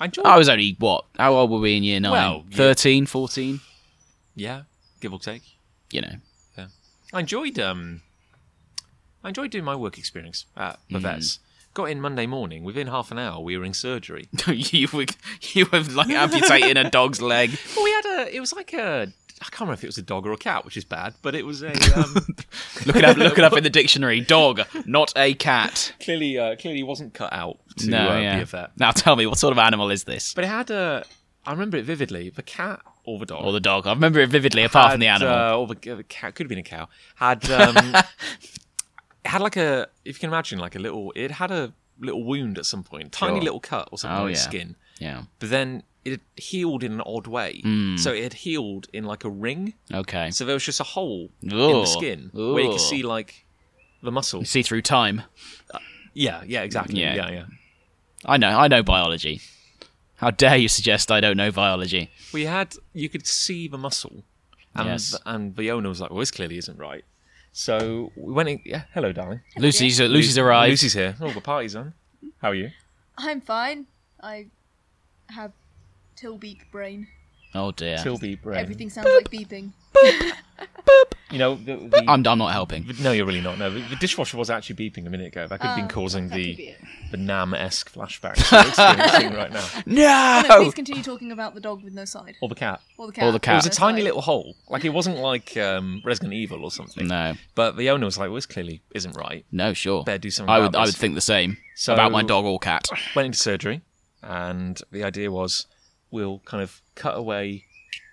[SPEAKER 2] I enjoyed.
[SPEAKER 1] I was only what? How old were we in year nine?
[SPEAKER 2] Well, you-
[SPEAKER 1] 13, 14?
[SPEAKER 2] Yeah, give or take.
[SPEAKER 1] You know.
[SPEAKER 2] I enjoyed um, I enjoyed doing my work experience at
[SPEAKER 1] Hmm.
[SPEAKER 2] the vets. Got in Monday morning. Within half an hour, we were in surgery.
[SPEAKER 1] you were you were like amputating a dog's leg.
[SPEAKER 2] Well, we had a. It was like a. I can't remember if it was a dog or a cat, which is bad, but it was a. Um,
[SPEAKER 1] Look it up. Look it up in the dictionary. Dog, not a cat.
[SPEAKER 2] clearly, uh, clearly wasn't cut out to
[SPEAKER 1] No,
[SPEAKER 2] uh,
[SPEAKER 1] yeah.
[SPEAKER 2] be a vet.
[SPEAKER 1] Now tell me, what sort of animal is this?
[SPEAKER 2] But it had a. I remember it vividly. The cat or the dog.
[SPEAKER 1] Or the dog? I remember it vividly, apart from the
[SPEAKER 2] had,
[SPEAKER 1] animal.
[SPEAKER 2] uh, or the, uh, the cow could have been a cow. Had um, it had like a if you can imagine like a little. It had a little wound at some point, tiny
[SPEAKER 1] Sure.
[SPEAKER 2] little cut or something
[SPEAKER 1] Oh,
[SPEAKER 2] on its
[SPEAKER 1] yeah.
[SPEAKER 2] skin.
[SPEAKER 1] yeah.
[SPEAKER 2] But then it had healed in an odd way.
[SPEAKER 1] Mm.
[SPEAKER 2] So it had healed in like a ring.
[SPEAKER 1] Okay.
[SPEAKER 2] So there was just a hole in
[SPEAKER 1] Ooh.
[SPEAKER 2] the skin where you
[SPEAKER 1] Ooh.
[SPEAKER 2] could see like the muscle.
[SPEAKER 1] See through time.
[SPEAKER 2] Yeah, yeah, exactly.
[SPEAKER 1] Yeah.
[SPEAKER 2] Yeah, yeah.
[SPEAKER 1] I know, I know biology. How dare you suggest I don't know biology?
[SPEAKER 2] We had you could see the muscle, and
[SPEAKER 1] Yes.
[SPEAKER 2] the, and the owner was like, "Well, this clearly isn't right." So we went in. Yeah, hello, darling.
[SPEAKER 1] Lucy's Lucy's arrived.
[SPEAKER 2] Lucy's here. Oh, the party's on. How are you?
[SPEAKER 3] I'm fine. I have Tilbeak brain.
[SPEAKER 1] Oh dear.
[SPEAKER 2] Still beep, brain.
[SPEAKER 3] Everything sounds like beeping.
[SPEAKER 2] You know, the, the,
[SPEAKER 1] I'm, I'm not helping.
[SPEAKER 2] no, you're really not. No, the, the dishwasher was actually beeping a minute ago. That could have been causing
[SPEAKER 3] Oh, that could be
[SPEAKER 2] the
[SPEAKER 3] it.
[SPEAKER 2] the Nam-esque flashbacks we're experiencing right now,
[SPEAKER 1] No.
[SPEAKER 3] No, please continue talking about the dog with no side.
[SPEAKER 2] or the cat.
[SPEAKER 3] Or the cat.
[SPEAKER 1] Oh. Or the cat.
[SPEAKER 2] It was a
[SPEAKER 1] It
[SPEAKER 3] No
[SPEAKER 2] tiny
[SPEAKER 3] side.
[SPEAKER 2] little hole. Like it wasn't like um, Resident Evil or something.
[SPEAKER 1] No.
[SPEAKER 2] But the owner was like, "Well, this clearly isn't right."
[SPEAKER 1] No, sure.
[SPEAKER 2] Better do something
[SPEAKER 1] I
[SPEAKER 2] about
[SPEAKER 1] would. I
[SPEAKER 2] this.
[SPEAKER 1] would think the same
[SPEAKER 2] So-
[SPEAKER 1] about my dog or cat.
[SPEAKER 2] Went into surgery, and the idea was we'll kind of cut away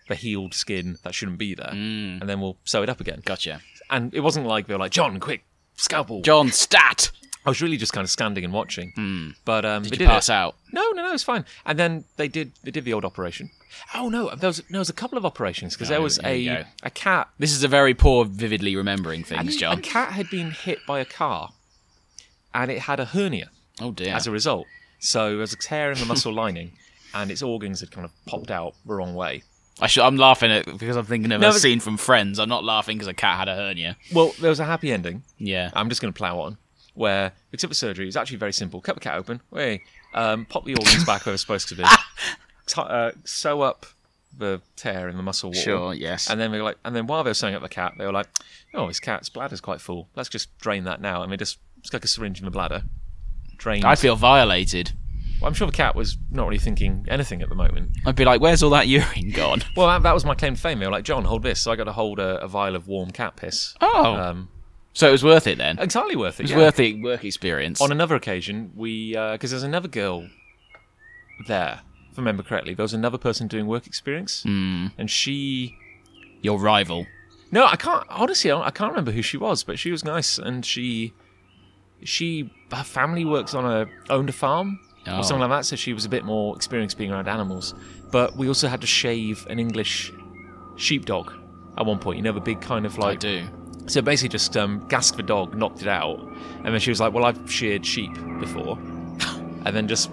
[SPEAKER 2] the healed skin that shouldn't be there,
[SPEAKER 1] Mm.
[SPEAKER 2] and then we'll sew it up again.
[SPEAKER 1] Gotcha.
[SPEAKER 2] And it wasn't like they were like, "John, quick, scalpel."
[SPEAKER 1] John Stat.
[SPEAKER 2] I was really just kind of standing and watching. But um,
[SPEAKER 1] Hmm. Did
[SPEAKER 2] they
[SPEAKER 1] you
[SPEAKER 2] it.
[SPEAKER 1] pass out?
[SPEAKER 2] No, no, no, it's fine. And then they did they did the old operation. Oh no, there was no, there was a couple of operations because there was
[SPEAKER 1] Oh, here we
[SPEAKER 2] a
[SPEAKER 1] go.
[SPEAKER 2] a cat. Mm,
[SPEAKER 1] This is a very poor, vividly remembering things,
[SPEAKER 2] A
[SPEAKER 1] John.
[SPEAKER 2] cat had been hit by a car, and it had a hernia
[SPEAKER 1] Oh dear.
[SPEAKER 2] as a result. So there was a tear in the muscle lining, and its organs had kind of popped out the wrong way.
[SPEAKER 1] I should, I'm laughing at because I'm thinking of
[SPEAKER 2] No,
[SPEAKER 1] a
[SPEAKER 2] but-
[SPEAKER 1] scene from Friends. I'm not laughing because a cat had a hernia.
[SPEAKER 2] Well, there was a happy ending.
[SPEAKER 1] Yeah.
[SPEAKER 2] I'm just going to plough on. Where, except for surgery, it's actually very simple. Cut the cat open, way, um, pop the organs back where they're supposed to be, t- uh, sew up the tear in the muscle wall.
[SPEAKER 1] Sure, yes.
[SPEAKER 2] And then we were like, and then while they were sewing up the cat, they were like, "Oh, his cat's bladder's quite full. Let's just drain that now." And they just stuck a syringe in the bladder, drained.
[SPEAKER 1] I feel violated.
[SPEAKER 2] Well, I'm sure the cat was not really thinking anything at the moment.
[SPEAKER 1] I'd be like, "Where's all that urine gone?"
[SPEAKER 2] Well, that, that was my claim to fame. They were like, "John, hold this." So I got to hold a, a vial of warm cat piss.
[SPEAKER 1] Oh.
[SPEAKER 2] um,
[SPEAKER 1] So it was worth it then. It
[SPEAKER 2] entirely worth it.
[SPEAKER 1] was
[SPEAKER 2] yeah.
[SPEAKER 1] worth the work experience.
[SPEAKER 2] on another occasion, we because there's another girl there, if I remember correctly, there was another person doing work experience,
[SPEAKER 1] Hmm.
[SPEAKER 2] and she.
[SPEAKER 1] Your rival.
[SPEAKER 2] No, I can't. Honestly, I I can't remember who she was, but she was nice, and she, she, her family works on a owned a farm
[SPEAKER 1] Oh.
[SPEAKER 2] or something like that, so she was a bit more experienced being around animals. But we also had to shave an English sheepdog at one point. You know, the big kind of
[SPEAKER 1] I
[SPEAKER 2] like
[SPEAKER 1] do.
[SPEAKER 2] so basically, just um, gassed the dog, knocked it out, and then she was like, "Well, I've sheared sheep before," and then just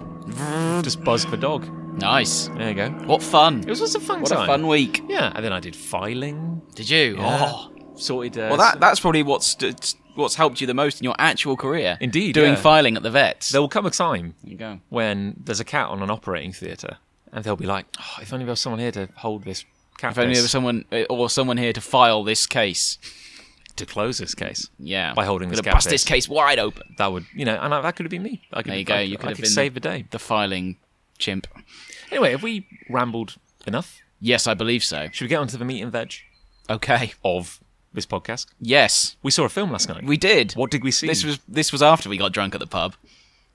[SPEAKER 2] just buzzed the dog.
[SPEAKER 1] Nice.
[SPEAKER 2] There you go.
[SPEAKER 1] What fun.
[SPEAKER 2] It was just a fun
[SPEAKER 1] What
[SPEAKER 2] time.
[SPEAKER 1] a fun week.
[SPEAKER 2] yeah, and then I did filing.
[SPEAKER 1] Did you?
[SPEAKER 2] Yeah,
[SPEAKER 1] Oh.
[SPEAKER 2] sorted. Uh,
[SPEAKER 1] Well, that that's probably what's what's helped you the most in your actual career.
[SPEAKER 2] Indeed,
[SPEAKER 1] doing
[SPEAKER 2] yeah.
[SPEAKER 1] filing at the vets.
[SPEAKER 2] there will come a time
[SPEAKER 1] There you go.
[SPEAKER 2] when there's a cat on an operating theatre, and they'll be like, oh, "If only there was someone here to hold this cat
[SPEAKER 1] If only there
[SPEAKER 2] piss
[SPEAKER 1] was someone eh, or someone here to file this case.
[SPEAKER 2] to close this case."
[SPEAKER 1] Yeah,
[SPEAKER 2] By holding this
[SPEAKER 1] Gonna
[SPEAKER 2] cat
[SPEAKER 1] bust
[SPEAKER 2] piss.
[SPEAKER 1] this case wide open.
[SPEAKER 2] That would, you know, and I, that could have been me. I could,
[SPEAKER 1] There you
[SPEAKER 2] I
[SPEAKER 1] go.
[SPEAKER 2] could-
[SPEAKER 1] you could
[SPEAKER 2] I
[SPEAKER 1] have
[SPEAKER 2] could
[SPEAKER 1] been
[SPEAKER 2] save the day.
[SPEAKER 1] The filing chimp.
[SPEAKER 2] Anyway, have we rambled enough?
[SPEAKER 1] Yes, I believe so.
[SPEAKER 2] Should we get on to the meat and veg?
[SPEAKER 1] Okay.
[SPEAKER 2] of this podcast.
[SPEAKER 1] Yes,
[SPEAKER 2] We saw a film last night.
[SPEAKER 1] we did.
[SPEAKER 2] what did we see?
[SPEAKER 1] This was this was after we got drunk at the pub,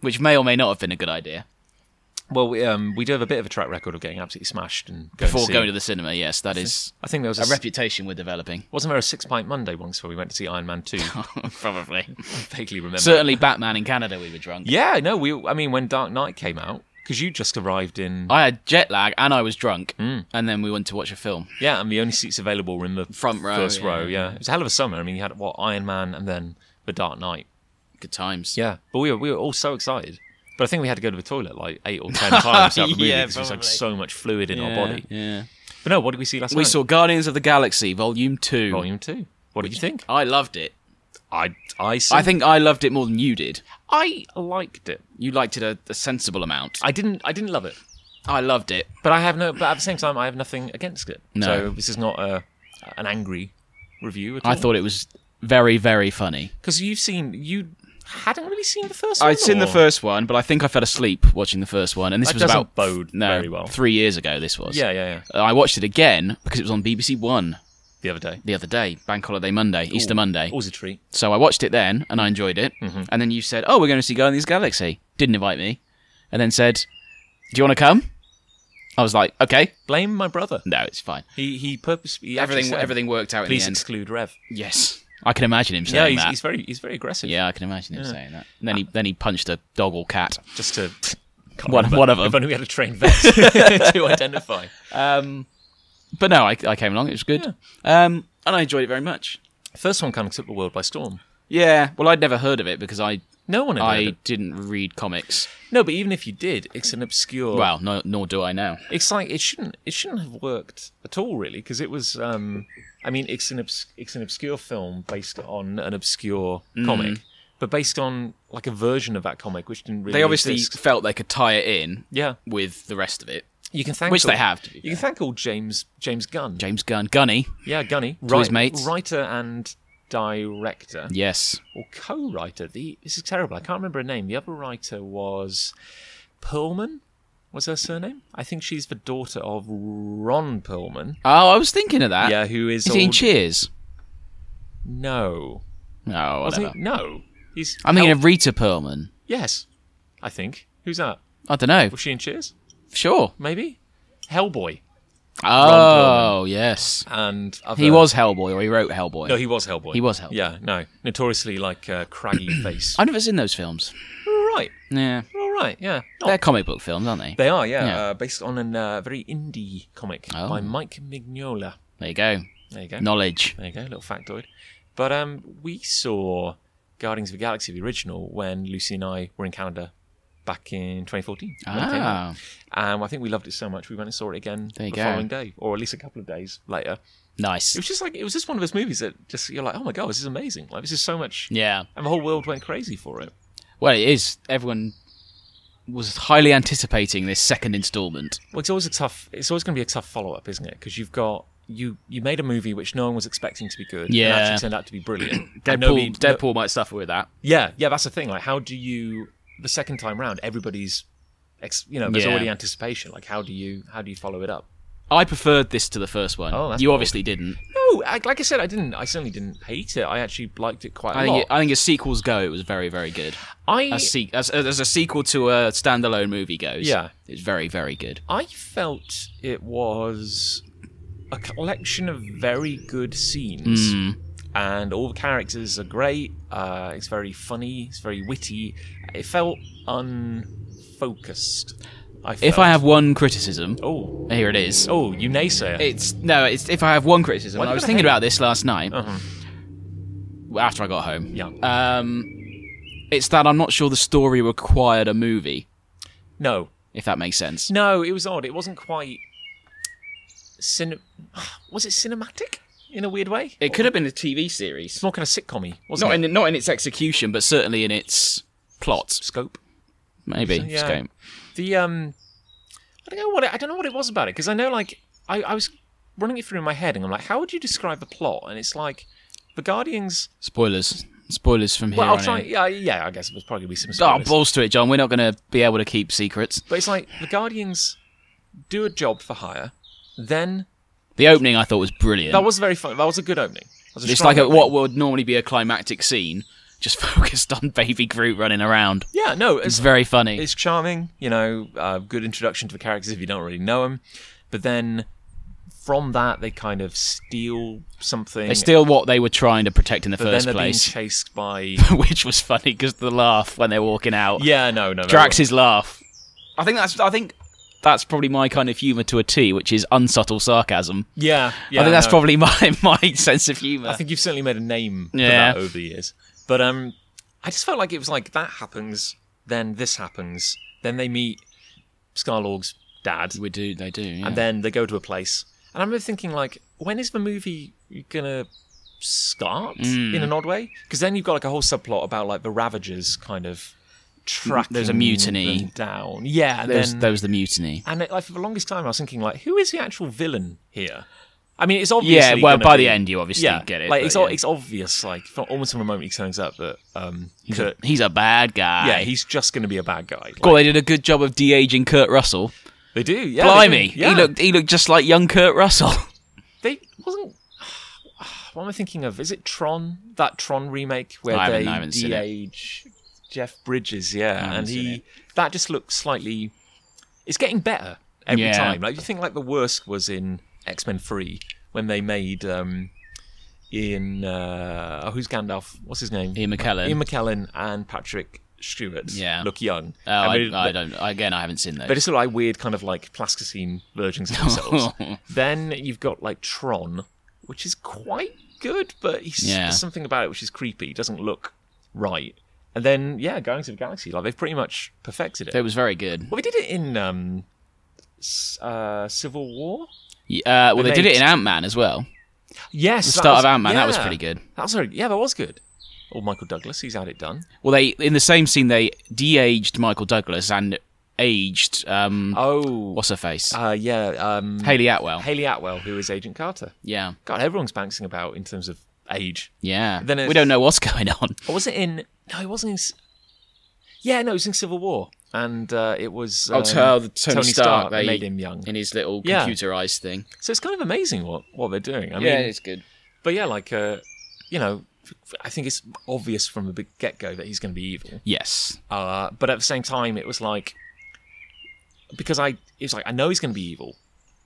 [SPEAKER 1] which may or may not have been a good idea.
[SPEAKER 2] well, we, um, we do have a bit of a track record of getting absolutely smashed and going
[SPEAKER 1] Before
[SPEAKER 2] to see-
[SPEAKER 1] going to the cinema, yes, that is
[SPEAKER 2] I think there was a,
[SPEAKER 1] a
[SPEAKER 2] s-
[SPEAKER 1] reputation we're developing.
[SPEAKER 2] wasn't there a six pint Monday once where we went to see Iron Man two. I
[SPEAKER 1] Probably.
[SPEAKER 2] Oh, vaguely remember.
[SPEAKER 1] Certainly, Batman in Canada, we were drunk.
[SPEAKER 2] yeah, no, we. I mean, when Dark Knight came out, because you just arrived in.
[SPEAKER 1] I had jet lag and I was drunk,
[SPEAKER 2] Hmm.
[SPEAKER 1] and then we went to watch a film.
[SPEAKER 2] yeah, and the only seats available were in the
[SPEAKER 1] Front row,
[SPEAKER 2] First
[SPEAKER 1] yeah.
[SPEAKER 2] row, yeah. It was a hell of a summer. I mean, you had what Iron Man and then the Dark Knight.
[SPEAKER 1] Good times.
[SPEAKER 2] Yeah, but we were we were all so excited. But I think we had to go to the toilet like eight or ten times throughout the movie
[SPEAKER 1] Yeah,
[SPEAKER 2] because there was like
[SPEAKER 1] probably.
[SPEAKER 2] so much fluid in our body.
[SPEAKER 1] Yeah.
[SPEAKER 2] But no, what did we see last night?
[SPEAKER 1] We saw Guardians of the Galaxy Volume Two.
[SPEAKER 2] Volume Two. What did you think?
[SPEAKER 1] I loved it.
[SPEAKER 2] I I
[SPEAKER 1] I think I loved it more than you did.
[SPEAKER 2] I liked it.
[SPEAKER 1] You liked it a, a sensible amount.
[SPEAKER 2] I didn't I didn't love it,
[SPEAKER 1] I loved it.
[SPEAKER 2] but I have no. But at the same time, I have nothing against it.
[SPEAKER 1] No.
[SPEAKER 2] So this is not a an angry review. At
[SPEAKER 1] I thought it was very, very funny.
[SPEAKER 2] because you've seen you hadn't really seen the first. one,
[SPEAKER 1] I'd seen the
[SPEAKER 2] or-
[SPEAKER 1] first one, but I think I fell asleep watching the first one, and this
[SPEAKER 2] That
[SPEAKER 1] was
[SPEAKER 2] doesn't
[SPEAKER 1] about
[SPEAKER 2] bode
[SPEAKER 1] no
[SPEAKER 2] very well.
[SPEAKER 1] three years ago. This was
[SPEAKER 2] Yeah, yeah, yeah.
[SPEAKER 1] Uh, I watched it again because it was on BBC One
[SPEAKER 2] The other day.
[SPEAKER 1] the other day, Bank Holiday Monday, Easter Monday.
[SPEAKER 2] Always a treat.
[SPEAKER 1] So I watched it then, and I enjoyed it.
[SPEAKER 2] Mm-hmm.
[SPEAKER 1] And then you said, "Oh, we're going to see Guardians of the Galaxy." Didn't invite me, and then said, "Do you want to come?" I was like, "Okay,
[SPEAKER 2] Blame my brother.
[SPEAKER 1] no, it's fine."
[SPEAKER 2] He he purposely he actually
[SPEAKER 1] Everything,
[SPEAKER 2] said,
[SPEAKER 1] everything worked out in
[SPEAKER 2] Please
[SPEAKER 1] the end.
[SPEAKER 2] exclude Rev.
[SPEAKER 1] Yes, I can imagine him
[SPEAKER 2] Yeah,
[SPEAKER 1] saying
[SPEAKER 2] he's,
[SPEAKER 1] that.
[SPEAKER 2] he's very he's very aggressive.
[SPEAKER 1] Yeah, I can imagine him saying that. And then he then he punched a dog or cat.
[SPEAKER 2] Just to can't
[SPEAKER 1] One-
[SPEAKER 2] remember.
[SPEAKER 1] one of 'em.
[SPEAKER 2] If only we had a trained vet to identify.
[SPEAKER 1] Um, But no, I, I came along. It was good, um, and I enjoyed it very much.
[SPEAKER 2] First one kind of took the world by storm.
[SPEAKER 1] Yeah. Well, I'd never heard of it because I
[SPEAKER 2] No one had heard of
[SPEAKER 1] I didn't read comics.
[SPEAKER 2] No, but even if you did, it's an obscure.
[SPEAKER 1] Well, no, nor do I now.
[SPEAKER 2] it's like it shouldn't it shouldn't have worked at all, really, because it was. Um, I mean, it's an obs- it's an obscure film based on an obscure
[SPEAKER 1] Mm.
[SPEAKER 2] comic, but based on like a version of that comic which didn't really.
[SPEAKER 1] They obviously
[SPEAKER 2] exist.
[SPEAKER 1] felt they could tie it in
[SPEAKER 2] yeah,
[SPEAKER 1] with the rest of it.
[SPEAKER 2] You can thank
[SPEAKER 1] Which
[SPEAKER 2] all-
[SPEAKER 1] they have, to be
[SPEAKER 2] You can thank old James James Gunn.
[SPEAKER 1] James Gunn, Gunny,
[SPEAKER 2] yeah, Gunny,
[SPEAKER 1] to his mates.
[SPEAKER 2] writer and director
[SPEAKER 1] yes,
[SPEAKER 2] or co-writer. The this is terrible. I can't remember her name. The other writer was Perlman. Was her surname? I think she's the daughter of Ron Perlman.
[SPEAKER 1] Oh, I was thinking of that.
[SPEAKER 2] yeah, who is
[SPEAKER 1] Is he in
[SPEAKER 2] old...
[SPEAKER 1] Cheers?
[SPEAKER 2] No,
[SPEAKER 1] No,
[SPEAKER 2] was he?
[SPEAKER 1] whatever.
[SPEAKER 2] No, he's.
[SPEAKER 1] I'm thinking of Rita Perlman.
[SPEAKER 2] Yes, I think. Who's that?
[SPEAKER 1] I don't know.
[SPEAKER 2] Was she in Cheers?
[SPEAKER 1] Sure.
[SPEAKER 2] Maybe. Hellboy
[SPEAKER 1] Oh, yes.
[SPEAKER 2] and other...
[SPEAKER 1] He was Hellboy, or he wrote Hellboy.
[SPEAKER 2] Uh, No, he was Hellboy.
[SPEAKER 1] He was Hellboy.
[SPEAKER 2] Yeah, no, notoriously like uh, craggy face.
[SPEAKER 1] I've never seen those films.
[SPEAKER 2] All right,
[SPEAKER 1] Yeah,
[SPEAKER 2] all right, yeah. Not-
[SPEAKER 1] they're comic book films, aren't they?
[SPEAKER 2] They are, yeah,
[SPEAKER 1] Yeah.
[SPEAKER 2] Uh, based on a uh, very indie comic
[SPEAKER 1] Oh.
[SPEAKER 2] by Mike Mignola.
[SPEAKER 1] There you go.
[SPEAKER 2] There you go.
[SPEAKER 1] Knowledge.
[SPEAKER 2] There you go, little factoid. But um, we saw Guardians of the Galaxy, the original, when Lucy and I were in Canada back in 2014. when it came out.
[SPEAKER 1] Ah,
[SPEAKER 2] Um, I think we loved it so much we went and saw it again
[SPEAKER 1] There
[SPEAKER 2] the
[SPEAKER 1] you go.
[SPEAKER 2] following day, or at least a couple of days later. It
[SPEAKER 1] nice.
[SPEAKER 2] was just like it was just one of those movies that just you're like, oh my god, this is amazing! Like this is so much,
[SPEAKER 1] Yeah.
[SPEAKER 2] and the whole world went crazy for it.
[SPEAKER 1] Well, it is. Everyone was highly anticipating this second instalment.
[SPEAKER 2] Well, it's always a tough. It's always going to be a tough follow up, isn't it? Because you've got you you made a movie which no one was expecting to be good.
[SPEAKER 1] Yeah.
[SPEAKER 2] and actually turned out to be brilliant.
[SPEAKER 1] Deadpool,
[SPEAKER 2] And nobody- no-
[SPEAKER 1] Deadpool might suffer with that.
[SPEAKER 2] yeah, yeah, that's the thing. Like, how do you the second time round? Everybody's, ex, you know, there's
[SPEAKER 1] Yeah.
[SPEAKER 2] already anticipation. Like, how do you how do you follow it up?
[SPEAKER 1] I preferred this to the first one.
[SPEAKER 2] Oh, that's
[SPEAKER 1] you
[SPEAKER 2] bold.
[SPEAKER 1] obviously didn't.
[SPEAKER 2] No, I, like I said, I didn't. I certainly didn't hate it. I actually liked it quite a
[SPEAKER 1] I
[SPEAKER 2] lot.
[SPEAKER 1] think, it, I think as sequels go, it was very, very good.
[SPEAKER 2] I
[SPEAKER 1] As, se- as, as a sequel to a standalone movie goes,
[SPEAKER 2] Yeah.
[SPEAKER 1] it's very, very good.
[SPEAKER 2] I felt it was a collection of very good scenes,
[SPEAKER 1] Hmm.
[SPEAKER 2] and all the characters are great. Uh, it's very funny. It's very witty. It felt unfocused. I
[SPEAKER 1] If
[SPEAKER 2] felt.
[SPEAKER 1] I have one criticism,
[SPEAKER 2] oh
[SPEAKER 1] here it is.
[SPEAKER 2] oh you naysayer
[SPEAKER 1] It's no, it's if I have one criticism.
[SPEAKER 2] Why
[SPEAKER 1] and I
[SPEAKER 2] do you
[SPEAKER 1] was
[SPEAKER 2] gotta
[SPEAKER 1] thinking
[SPEAKER 2] hate-
[SPEAKER 1] about this last night
[SPEAKER 2] Uh-huh.
[SPEAKER 1] after I got home.
[SPEAKER 2] yeah
[SPEAKER 1] Um, it's that I'm not sure the story required a movie,
[SPEAKER 2] no
[SPEAKER 1] if that makes sense.
[SPEAKER 2] no it was odd. It wasn't quite. Cin- was it cinematic in a weird way?
[SPEAKER 1] It could have been a TV series,
[SPEAKER 2] It's more kind of sitcom-y, wasn't
[SPEAKER 1] not
[SPEAKER 2] it?
[SPEAKER 1] in not in its execution, but certainly in its plot.
[SPEAKER 2] Scope.
[SPEAKER 1] Maybe
[SPEAKER 2] So, yeah.
[SPEAKER 1] Scope.
[SPEAKER 2] the um I don't know what it, I don't know what it was about it because I know like I, I was running it through in my head and I'm like how would you describe the plot and it's like the Guardians
[SPEAKER 1] Spoilers. Spoilers from here
[SPEAKER 2] well I'll
[SPEAKER 1] on
[SPEAKER 2] try
[SPEAKER 1] in.
[SPEAKER 2] yeah yeah I Ah, guess there's probably be some
[SPEAKER 1] Oh,
[SPEAKER 2] spoilers
[SPEAKER 1] balls to it, John. We're not going to be able to keep secrets.
[SPEAKER 2] but it's like the Guardians do a job for hire then
[SPEAKER 1] The opening I thought was brilliant.
[SPEAKER 2] that was very fun that was a good opening That was a
[SPEAKER 1] it's
[SPEAKER 2] strong
[SPEAKER 1] like a,
[SPEAKER 2] opening.
[SPEAKER 1] what would normally be a climactic scene, just focused on baby Groot running around.
[SPEAKER 2] yeah no
[SPEAKER 1] It's
[SPEAKER 2] it's
[SPEAKER 1] very funny.
[SPEAKER 2] it's charming you know uh, good introduction to the characters if you don't already know them but then from that they kind of steal something
[SPEAKER 1] They steal what they were trying to protect in the
[SPEAKER 2] but
[SPEAKER 1] first
[SPEAKER 2] then they're
[SPEAKER 1] place,
[SPEAKER 2] being chased by
[SPEAKER 1] which was funny because the laugh when they're walking out.
[SPEAKER 2] Yeah, no, no. no.
[SPEAKER 1] Drax's laugh. I think that's. I think that's probably my kind of humour to a T, which is unsubtle sarcasm.
[SPEAKER 2] Yeah, yeah.
[SPEAKER 1] I think that's
[SPEAKER 2] no.
[SPEAKER 1] probably my my sense of humour.
[SPEAKER 2] I think you've certainly made a name
[SPEAKER 1] Yeah.
[SPEAKER 2] for that over the years. But um, I just felt like it was like that happens, then this happens, then they meet Scarlorg's dad,
[SPEAKER 1] we do. They do. Yeah.
[SPEAKER 2] and then they go to a place. And I remember thinking, like, when is the movie gonna start in
[SPEAKER 1] Hmm.
[SPEAKER 2] an odd way? Because then you've got like a whole subplot about like the Ravagers kind of tracking.
[SPEAKER 1] There's a mutiny.
[SPEAKER 2] them down. Yeah, and
[SPEAKER 1] there, was,
[SPEAKER 2] then
[SPEAKER 1] there was the mutiny.
[SPEAKER 2] and it, like for the longest time, I was thinking like, who is the actual villain here? I mean, it's obviously
[SPEAKER 1] Yeah. Well,
[SPEAKER 2] gonna
[SPEAKER 1] by
[SPEAKER 2] be-
[SPEAKER 1] the end, you obviously
[SPEAKER 2] yeah,
[SPEAKER 1] get it.
[SPEAKER 2] Like
[SPEAKER 1] but
[SPEAKER 2] it's,
[SPEAKER 1] yeah.
[SPEAKER 2] o- it's obvious, like from, almost from the moment he turns up that um, Kurt,
[SPEAKER 1] he's a bad guy.
[SPEAKER 2] yeah, he's just going to be a bad guy. Like,
[SPEAKER 1] God, they did a good job of de aging Kurt Russell.
[SPEAKER 2] they do, yeah, they
[SPEAKER 1] Blimey,
[SPEAKER 2] do, yeah.
[SPEAKER 1] he looked he looked just like young Kurt Russell.
[SPEAKER 2] They wasn't. What am I thinking of? Is it Tron? That Tron remake where
[SPEAKER 1] I haven't-
[SPEAKER 2] they
[SPEAKER 1] I haven't seen it.
[SPEAKER 2] de-age Jeff Bridges, yeah,
[SPEAKER 1] haven't
[SPEAKER 2] and
[SPEAKER 1] seen
[SPEAKER 2] he that just looks slightly. It's getting better every
[SPEAKER 1] Yeah.
[SPEAKER 2] time. Like you think, like the worst was in X Men Three when they made um, in uh, oh, who's Gandalf? What's his name?
[SPEAKER 1] Ian McKellen.
[SPEAKER 2] Ian McKellen and Patrick Stewart.
[SPEAKER 1] Yeah.
[SPEAKER 2] look young.
[SPEAKER 1] oh,
[SPEAKER 2] And
[SPEAKER 1] I,
[SPEAKER 2] they-
[SPEAKER 1] I don't. Again, I haven't seen those.
[SPEAKER 2] but it's sort of like weird kind of like plasticine versions of themselves. then you've got like Tron, which is quite good, but he's,
[SPEAKER 1] Yeah.
[SPEAKER 2] there's something about it which is creepy. It doesn't look right. And then yeah, Guardians of the Galaxy, like they've pretty much perfected it.
[SPEAKER 1] it was very good.
[SPEAKER 2] well, they did it in um, s- uh, Civil War.
[SPEAKER 1] Y- Uh, well, they
[SPEAKER 2] They
[SPEAKER 1] did
[SPEAKER 2] made-
[SPEAKER 1] it in Ant Man as well.
[SPEAKER 2] Yes,
[SPEAKER 1] The
[SPEAKER 2] that
[SPEAKER 1] start
[SPEAKER 2] was-
[SPEAKER 1] of Ant Man that was
[SPEAKER 2] yeah.
[SPEAKER 1] pretty good.
[SPEAKER 2] That was very, yeah, that was good. Or Michael Douglas, he's had it done.
[SPEAKER 1] Well, they in the same scene they de-aged Michael Douglas and aged. Um,
[SPEAKER 2] Oh,
[SPEAKER 1] what's her face?
[SPEAKER 2] uh, yeah, um,
[SPEAKER 1] Haley Atwell.
[SPEAKER 2] Haley Atwell, who is Agent Carter.
[SPEAKER 1] yeah,
[SPEAKER 2] God, everyone's bouncing about in terms of age.
[SPEAKER 1] yeah.
[SPEAKER 2] Then
[SPEAKER 1] we
[SPEAKER 2] it's-
[SPEAKER 1] don't know what's going on.
[SPEAKER 2] Or was it in? No, it wasn't. in... S- Yeah, no, it was in Civil War, and uh, it was um,
[SPEAKER 1] they
[SPEAKER 2] made him young.
[SPEAKER 1] in his little
[SPEAKER 2] Yeah.
[SPEAKER 1] computerized thing.
[SPEAKER 2] So it's kind of amazing what what they're doing. I mean,
[SPEAKER 1] good.
[SPEAKER 2] but yeah, like uh, you know, I think it's obvious from the get go that he's going to be evil.
[SPEAKER 1] Yes,
[SPEAKER 2] Uh, but at the same time, it was like because I it was like I know he's going to be evil,